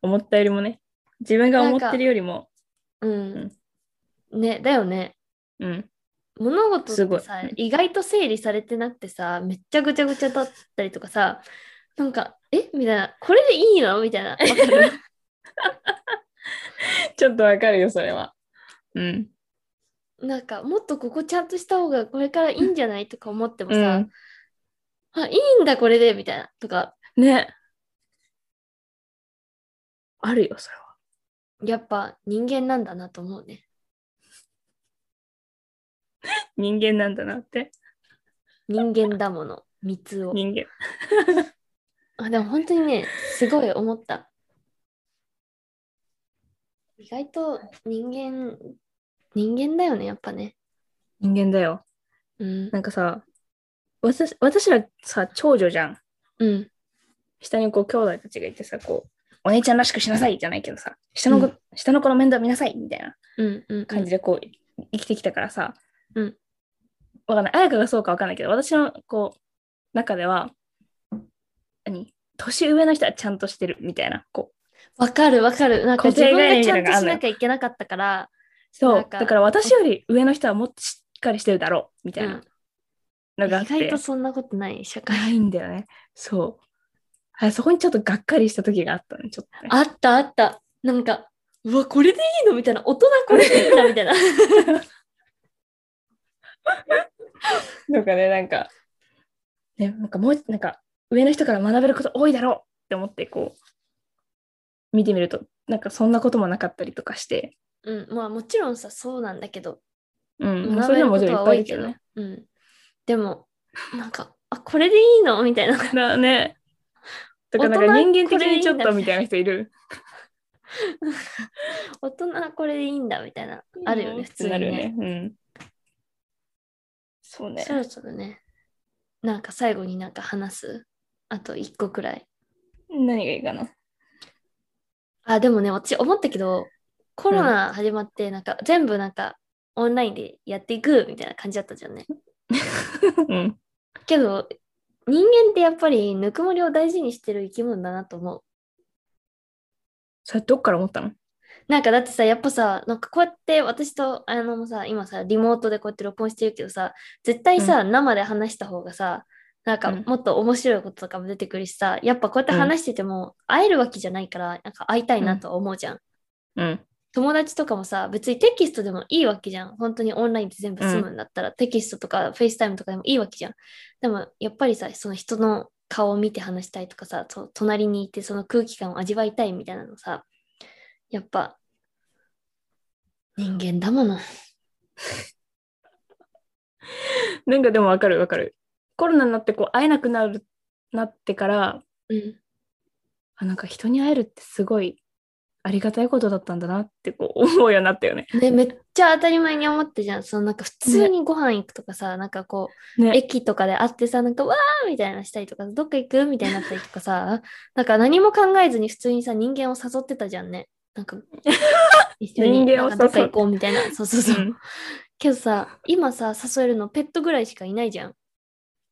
B: 思ったよりもね。自分が思ってるよりも。
A: うん。ね、だよね。
B: うん。
A: 物事
B: す
A: っ
B: ご
A: て
B: い
A: さ、意外と整理されてなくてさ、めっちゃぐちゃぐちゃだったりとかさ、なんか、えみたいな、これでいいのみたいな。わかる
B: ちょっとわかるよ、それは。うん。
A: なんか、もっとここちゃんとした方がこれからいいんじゃないとか思っても
B: う
A: さ、
B: ん、
A: あ、いいんだ、これで、みたいな。とか、
B: ね。あるよ、それは。
A: やっぱ人間なんだなと思うね。
B: 人間なんだなって。
A: 人間だもの、 三つを。
B: 人間。
A: あ、でも本当にね、すごい思った。意外と人間、人間だよね、やっぱね。
B: 人間だよ。
A: うん。
B: なんかさ、私私らさ、長女じゃん。
A: うん。
B: 下にこう、兄弟たちがいてさ、こう、お姉ちゃんらしくしなさいじゃないけどさ、下の子、
A: うん
B: 下の子の面倒見なさいみたいな
A: うん。うん。
B: 感じでこう、生きてきたからさ、
A: うん。
B: わかんない。彩香がそうかわかんないけど、私のこう、中では、何年上の人はちゃんとしてるみたいな、こう、
A: わかるわかる。なんか
B: 固
A: 自
B: 定
A: 分
B: 概
A: が
B: 念
A: ち
B: みた
A: ゃ
B: い
A: ん
B: なの
A: と
B: があ
A: し
B: んのよ
A: なきゃいけなかったから、
B: そ
A: なん
B: う
A: か
B: だから私より上の人はもっとしっかりしてるだろうみた
A: う
B: い
A: ん
B: な、のがあっ
A: 意
B: て、
A: 外とそんなことない、社会。
B: ないんだよねそうあそこにちょっとがっかりした時があったねちょっとね
A: あったあった。なんか、うわ、これでいいのみたいな。大人これでいいんだみた いな。
B: なんかねなんかねなんかもうなんか上の人から学べること多いだろうって思ってこう見てみるとなんかそんなこともなかったりとかして
A: うん、まあもちろんさ、そうなんだけど、
B: うん
A: 学
B: それ
A: べ
B: で
A: る
B: も
A: こ
B: もち
A: と
B: ろんい
A: は
B: っ
A: 多
B: ぱいい
A: い
B: る
A: け
B: けど
A: ど
B: ね、
A: うん。でも、なんか、あ、これでいいのみたいな。
B: だねとか、なんか
A: 大人
B: 人間
A: こ
B: 的
A: れいい
B: に
A: ん
B: ち
A: だ
B: ょっとみたいな人いる。
A: 大人これでいいんだみたいな、あるよね、普通に、
B: な
A: ね。
B: るよね。うん。そうね
A: そ。ろそろね、なんか最後になんか話す。あと1個くらい。
B: 何がいいかな。
A: あ、でもね、私思ったけど、コロナ始まって、なんか全部なんかオンラインでやっていくみたいな感じだったじゃんね。
B: うん。
A: けど、人間ってやっぱりぬくもりを大事にしてる生き物だなと思う。
B: それどっから思ったの
A: なんかだってさ、やっぱさ、なんかこうやって私とあのもさ、今さ、リモートでこうやって録音してるけどさ、絶対さ、生で話した方がさ、なんか
B: うん
A: もっと面白いこととかも出てくるしさ、やっぱこうやって話してても会えるわけじゃないから、なんか会いたいなとは思うじゃん。
B: うん。
A: 友達とかもさ、別にテキストでもいいわけじゃん。本当にオンラインで全部済むんだったら、テキストとかフェイスタイムとかでもいいわけじゃん。でもやっぱりさ、その人の顔を見て話したいとかさ、と隣にいてその空気感を味わいたいみたいなのさ、やっぱ人間だもの。
B: なんかでもわかるわかる。コロナになってこう会えなくなるなってから
A: うん。
B: あなんか人に会えるってすごいありがたいことだったんだなってこう 思うようになったよね。
A: ね、めっちゃ当たり前に思ってじゃん。そのなんか普通にご飯行くとかさ、なんかこう、
B: ね。
A: 駅とかで会ってさ、なんかわーみたいなしたりとか、どっか行くみたいになったりとかさ、 なんか何も考えずに普通にさ、人間を誘ってたじゃんね。なん か、一緒に
B: 人間を
A: なんかどっか
B: 誘う
A: 行こうみたい な。そうそう
B: う
A: そう。
B: ん、
A: けどさ、今さ、誘えるのペットぐらいしかいないじゃん。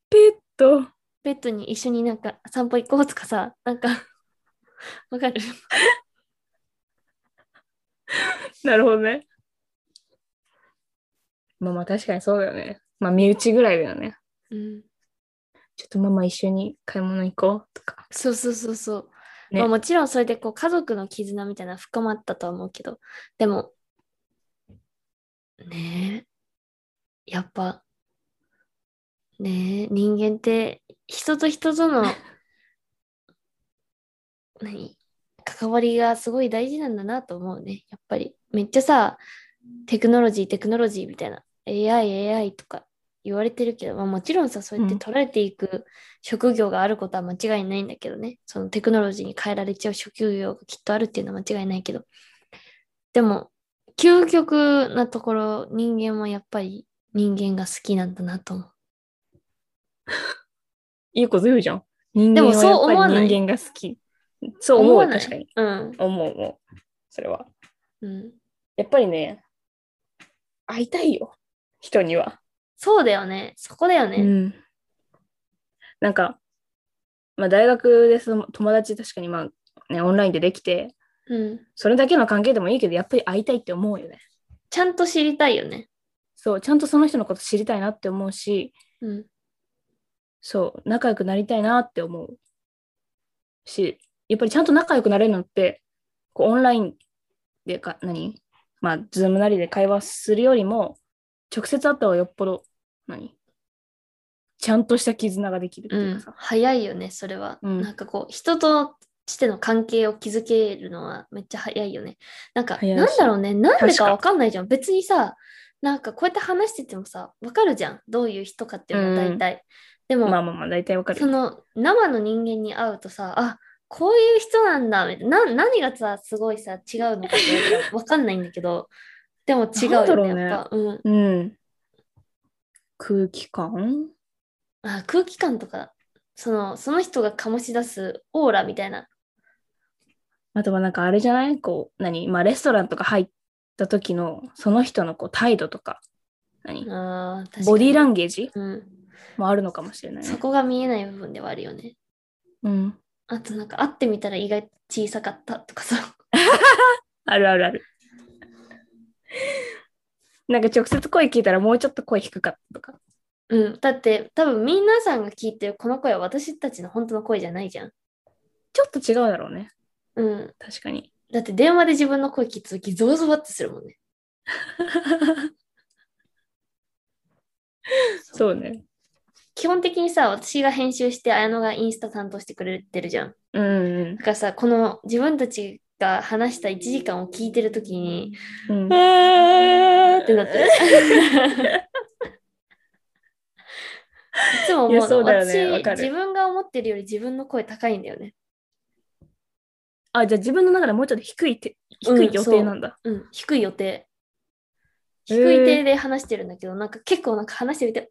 B: ペット
A: ペットに一緒になんか散歩行こうとかさ、なんか、 わかる
B: なるほどね。まあまあ確かにそうだよね。まあ身内ぐらいだよね。
A: うん。
B: ちょっとママ一緒に買い物行こうとか。
A: そうそうそうそう。
B: ね
A: まあ、もちろんそれでこう家族の絆みたいなの深まったとは思うけど、でも、ねえ、やっぱ、ねえ、人間って人と人と の、何関わりがすごい大事なんだなと思うね。やっぱり。めっちゃさ、テクノロジー、テクノロジーみたいな、AI、AI とか言われてるけど、まあ、もちろんさ、そうやって
B: うん
A: 取られていく、職業があることは間違いないんだけどね。そのテクノロジーに変えられちゃう職業がきっとあるっていうのは間違いないけど。でも、究極なところ、人間もやっぱり人間が好きなんだなと思う。
B: いいこと言うじゃん。人
A: で
B: 間
A: も
B: は
A: そう思わ
B: やっ
A: な
B: ぱ
A: い
B: り人間が好き。そう思う
A: わない
B: 確かに。
A: うん。
B: 思う思う。それは。
A: うん、
B: やっぱりね、会いたいよ。人には。
A: そうだよね。そこだよ
B: う
A: ね。
B: ん。なんか、まあ大学でその友達確かにまあね、オンラインでできて、
A: うん。
B: それだけの関係でもいいけど、やっぱり会いたいって思うよね。
A: ちゃんと知りたいよね。
B: そう、ちゃんとその人のこと知りたいなって思うし、
A: うん。
B: そう、仲良くなりたいなって思うし、やっぱりちゃんと仲良くなれるのって、こうオンラインでか、何まあ、ズームなりで会話するよりも、直接会った方がよっぽど、何ちゃんとした絆ができるって
A: う
B: いうか
A: ん
B: さ。、
A: 早いよね、それは。
B: うん
A: なんかこう、人としての関係を築けるのはめっちゃ早いよね。なんか、
B: 早いし
A: なんだろうね、なんで
B: 確
A: か
B: か
A: わかんないじゃん。別にさ、なんかこうやって話しててもさ、わかるじゃん。どういう人かっていうのは大体。でも、
B: まあまあまあ、大体わかる
A: そ
B: よ。
A: の生の人間に会うとさ、あこういう人なんだみたいな、な何がさ、すごいさ、違うのかって言われたらわかんないんだけど、 でも違う
B: なんだろ
A: よ
B: う
A: ね、
B: ね
A: やっぱ。うん。
B: うん。空気感
A: あ空気感とか、その、その人が醸し出すオーラみたいな。
B: あとはなんかあれじゃないこう、何まあレストランとか入った時の、その人のこう態度とか、何
A: あー確かに
B: ボディーランゲージ
A: うん、
B: もあるのかもしれないね
A: そ。こが見えない部分ではあるよね。
B: うん。
A: あとなんか会ってみたら意外と小さかったとかさ。
B: あるあるある。なんか直接声聞いたらもうちょっと声低かったとか。
A: うん、だって多分皆さんが聞いてるこの声は私たちの本当の声じゃないじゃん。
B: ちょっと違うだろうね。
A: うん、
B: 確 かに。
A: だって電話で自分の声聞いた時ゾワゾワってするもんね。
B: そうね。
A: 基本的にさ私が編集して綾乃がインスタ担当してくれてるじゃん。
B: うんうん
A: だからさこの自分たちが話した1時間を聞いてる時に
B: うん。
A: あ ーってなってる。いつも
B: い
A: 思う
B: やそ
A: の
B: うだよね
A: 私
B: わかる
A: 自分が思ってるより自分の声高いんだよね。
B: あ、じゃあ自分の中でもうちょっと低いて、低い予定なんだ。
A: うん、低い予定。
B: へ
A: 低
B: ー
A: い予定で話してるんだけど、なんか結構なんか話してみて、わ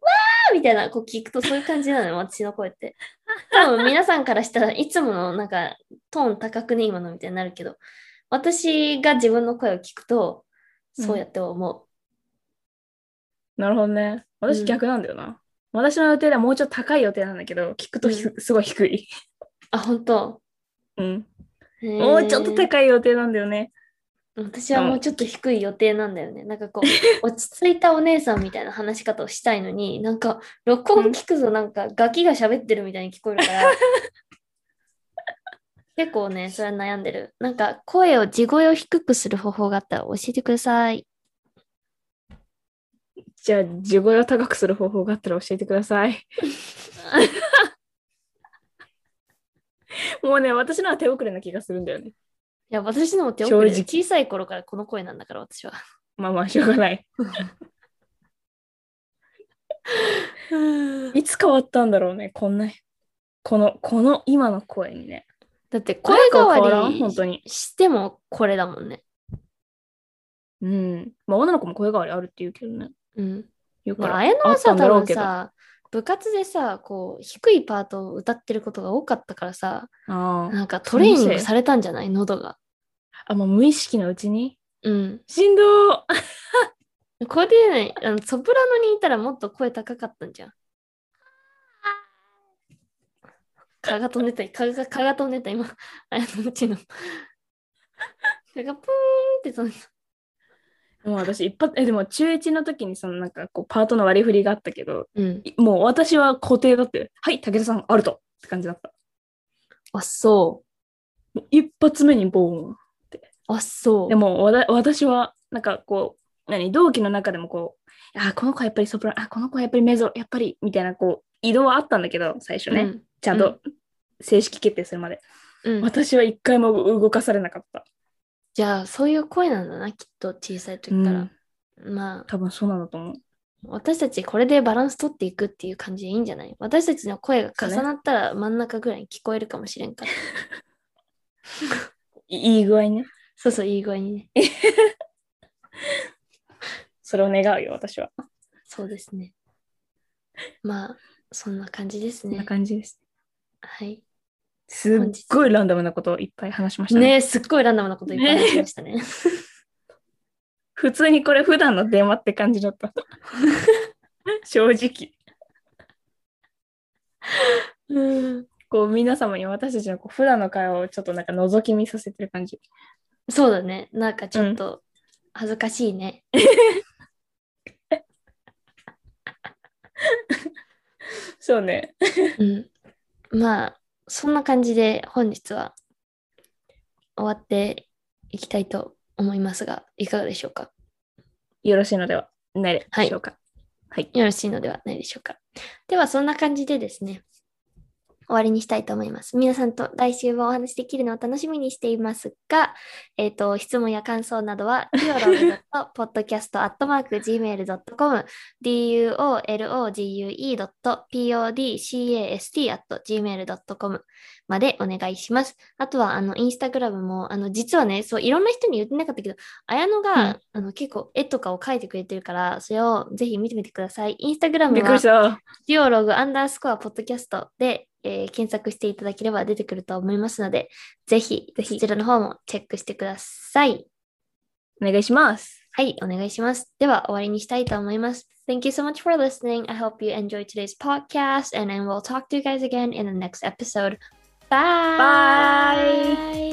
A: ーみたいな、こう聞くとそういう感じ なのよ、私の声って。多分皆さんからしたらいつものなんかトーン高くね、今のみたいになるけど、私が自分の声を聞くと、そうやって思う。
B: なるほどね。
A: う
B: 私
A: ん
B: 逆なんだよな。私の予定ではもうちょっと高い予定なんだけど、聞くとひくすごい低い。
A: あ、本当
B: うん。も
A: も
B: うちょっと高い予定なんだよね。
A: 私はもうちょっと低い予定なんだよね。なんかこ う、落ち着いたお姉さんみたいな話し方をしたいのに、なんか、録音聞くぞ、なんか、ガキが喋ってるみたいに聞こえる から。結構ね、それは悩んでる。なんか、声を、地声を低くする方法があったら教えてください。
B: じゃあ、地声を高くする方法があったら教えてくださ い。もうね、私のは手遅れな気がするんだよね。
A: いや、私のも手遅れ
B: 正
A: 小さい頃からこの声なんだから、 私は。
B: まあまあ、しょうがない。いつ変わったんだろうね、こんな、この、この今の声にね。
A: だって、声変
B: なんか変わら
A: わ
B: ん本
A: り
B: 当に。
A: してもこれだもんね。
B: うん。まあ、女の子も声変わりあるって言うけどね。
A: うん。
B: 言うか
A: ま
B: ら。
A: あ、綾乃は
B: あった
A: さ、
B: んだ
A: 多
B: ろう
A: 分
B: けど。
A: さ、部活でさ、こう、低いパートを歌ってることが多かったからさ、
B: ああ
A: なんかトレーニングされたんじゃない喉が。
B: あ、もう無意識のうちに。
A: うん。
B: しんどー
A: これでね、あのソプラノにいたらもっと声高かったんじゃん。蚊が飛んでた、蚊が、蚊が飛んでた、今、あのうちの。蚊がプーンって飛んでた。
B: もう私一発えでも中1の時にそのなんかこうパートの割り振りがあったけど
A: うん。
B: いもう私は固定だってはい武田さんあるとって感じだった
A: あ、そ
B: もう一発目にボー
A: う。あ、そ
B: ン
A: う。
B: でもわだ私はなんかこう何同期の中でもこうあこの子はやっぱりソプラノあこの子はやっぱりメゾやっぱりみたいなこう移動はあったんだけど最初ね、
A: うん
B: ちゃんと正式決定するまで、
A: うん。
B: 私は一回も動かされなかった、
A: じゃあ、そういう声なんだな、きっと、小さい時
B: う
A: か
B: ん
A: ら。まあ、
B: 多分そうなんだと思う
A: 私たちこれでバランス取っていくっていう感じでいいんじゃない私たちの声が重なったら真ん中ぐらいに聞こえるかもしれんから。
B: いいい具合にね
A: そうそう、いい具合にね。
B: それを願うよ私は
A: そうですね。まあ、そんな感じです
B: こんな
A: ね。
B: 感じです
A: はい。
B: すっごいランダムなことをいっぱい話しましたね。
A: ねえすっごいランダムなこといっぱい話しましたね。
B: 普通にこれ普段の電話って感じだった。 正直。
A: うん
B: こう皆様に私たちのこう普段の会話をちょっとなんか覗き見させてる感じ。
A: そうだね。なんかちょっと恥ずかしいね。
B: そうね。
A: うん。まあ、そんな感じで本日は終わっていきたいと思いますが、いかがでしょうか
B: よろしいのではないでしょうか。はい。
A: よろしいのではないでしょうか。では、そんな感じでですね、終わりにしたいと思います。皆さんと来週もお話しできるのを楽しみにしていますが、えっ、と、質問や感想などは、duologue.podcast.gmail.com、duologue.podcast.gmail.com までお願いします。あとは、あの、インスタグラムも、あの、実はね、そう、いろんな人に言ってなかったけど、綾乃が、
B: うん
A: あの結構絵とかを描いてくれてるから、それをぜひ見てみてください。インスタグラム
B: びっく
A: は
B: りし、た。
A: デュオログアンダースコアポッドキャストで、えー検索していただければ出てくると思いますので、ぜひ、
B: ぜひ
A: そちらの方もチェックしてください。
B: お願いします。
A: はい、お願いします。では、終わりにしたいと思います。Thank you so much for listening. I hope you enjoyed today's podcast, and then we'll talk to you guys again in the next episode. Bye!
B: Bye.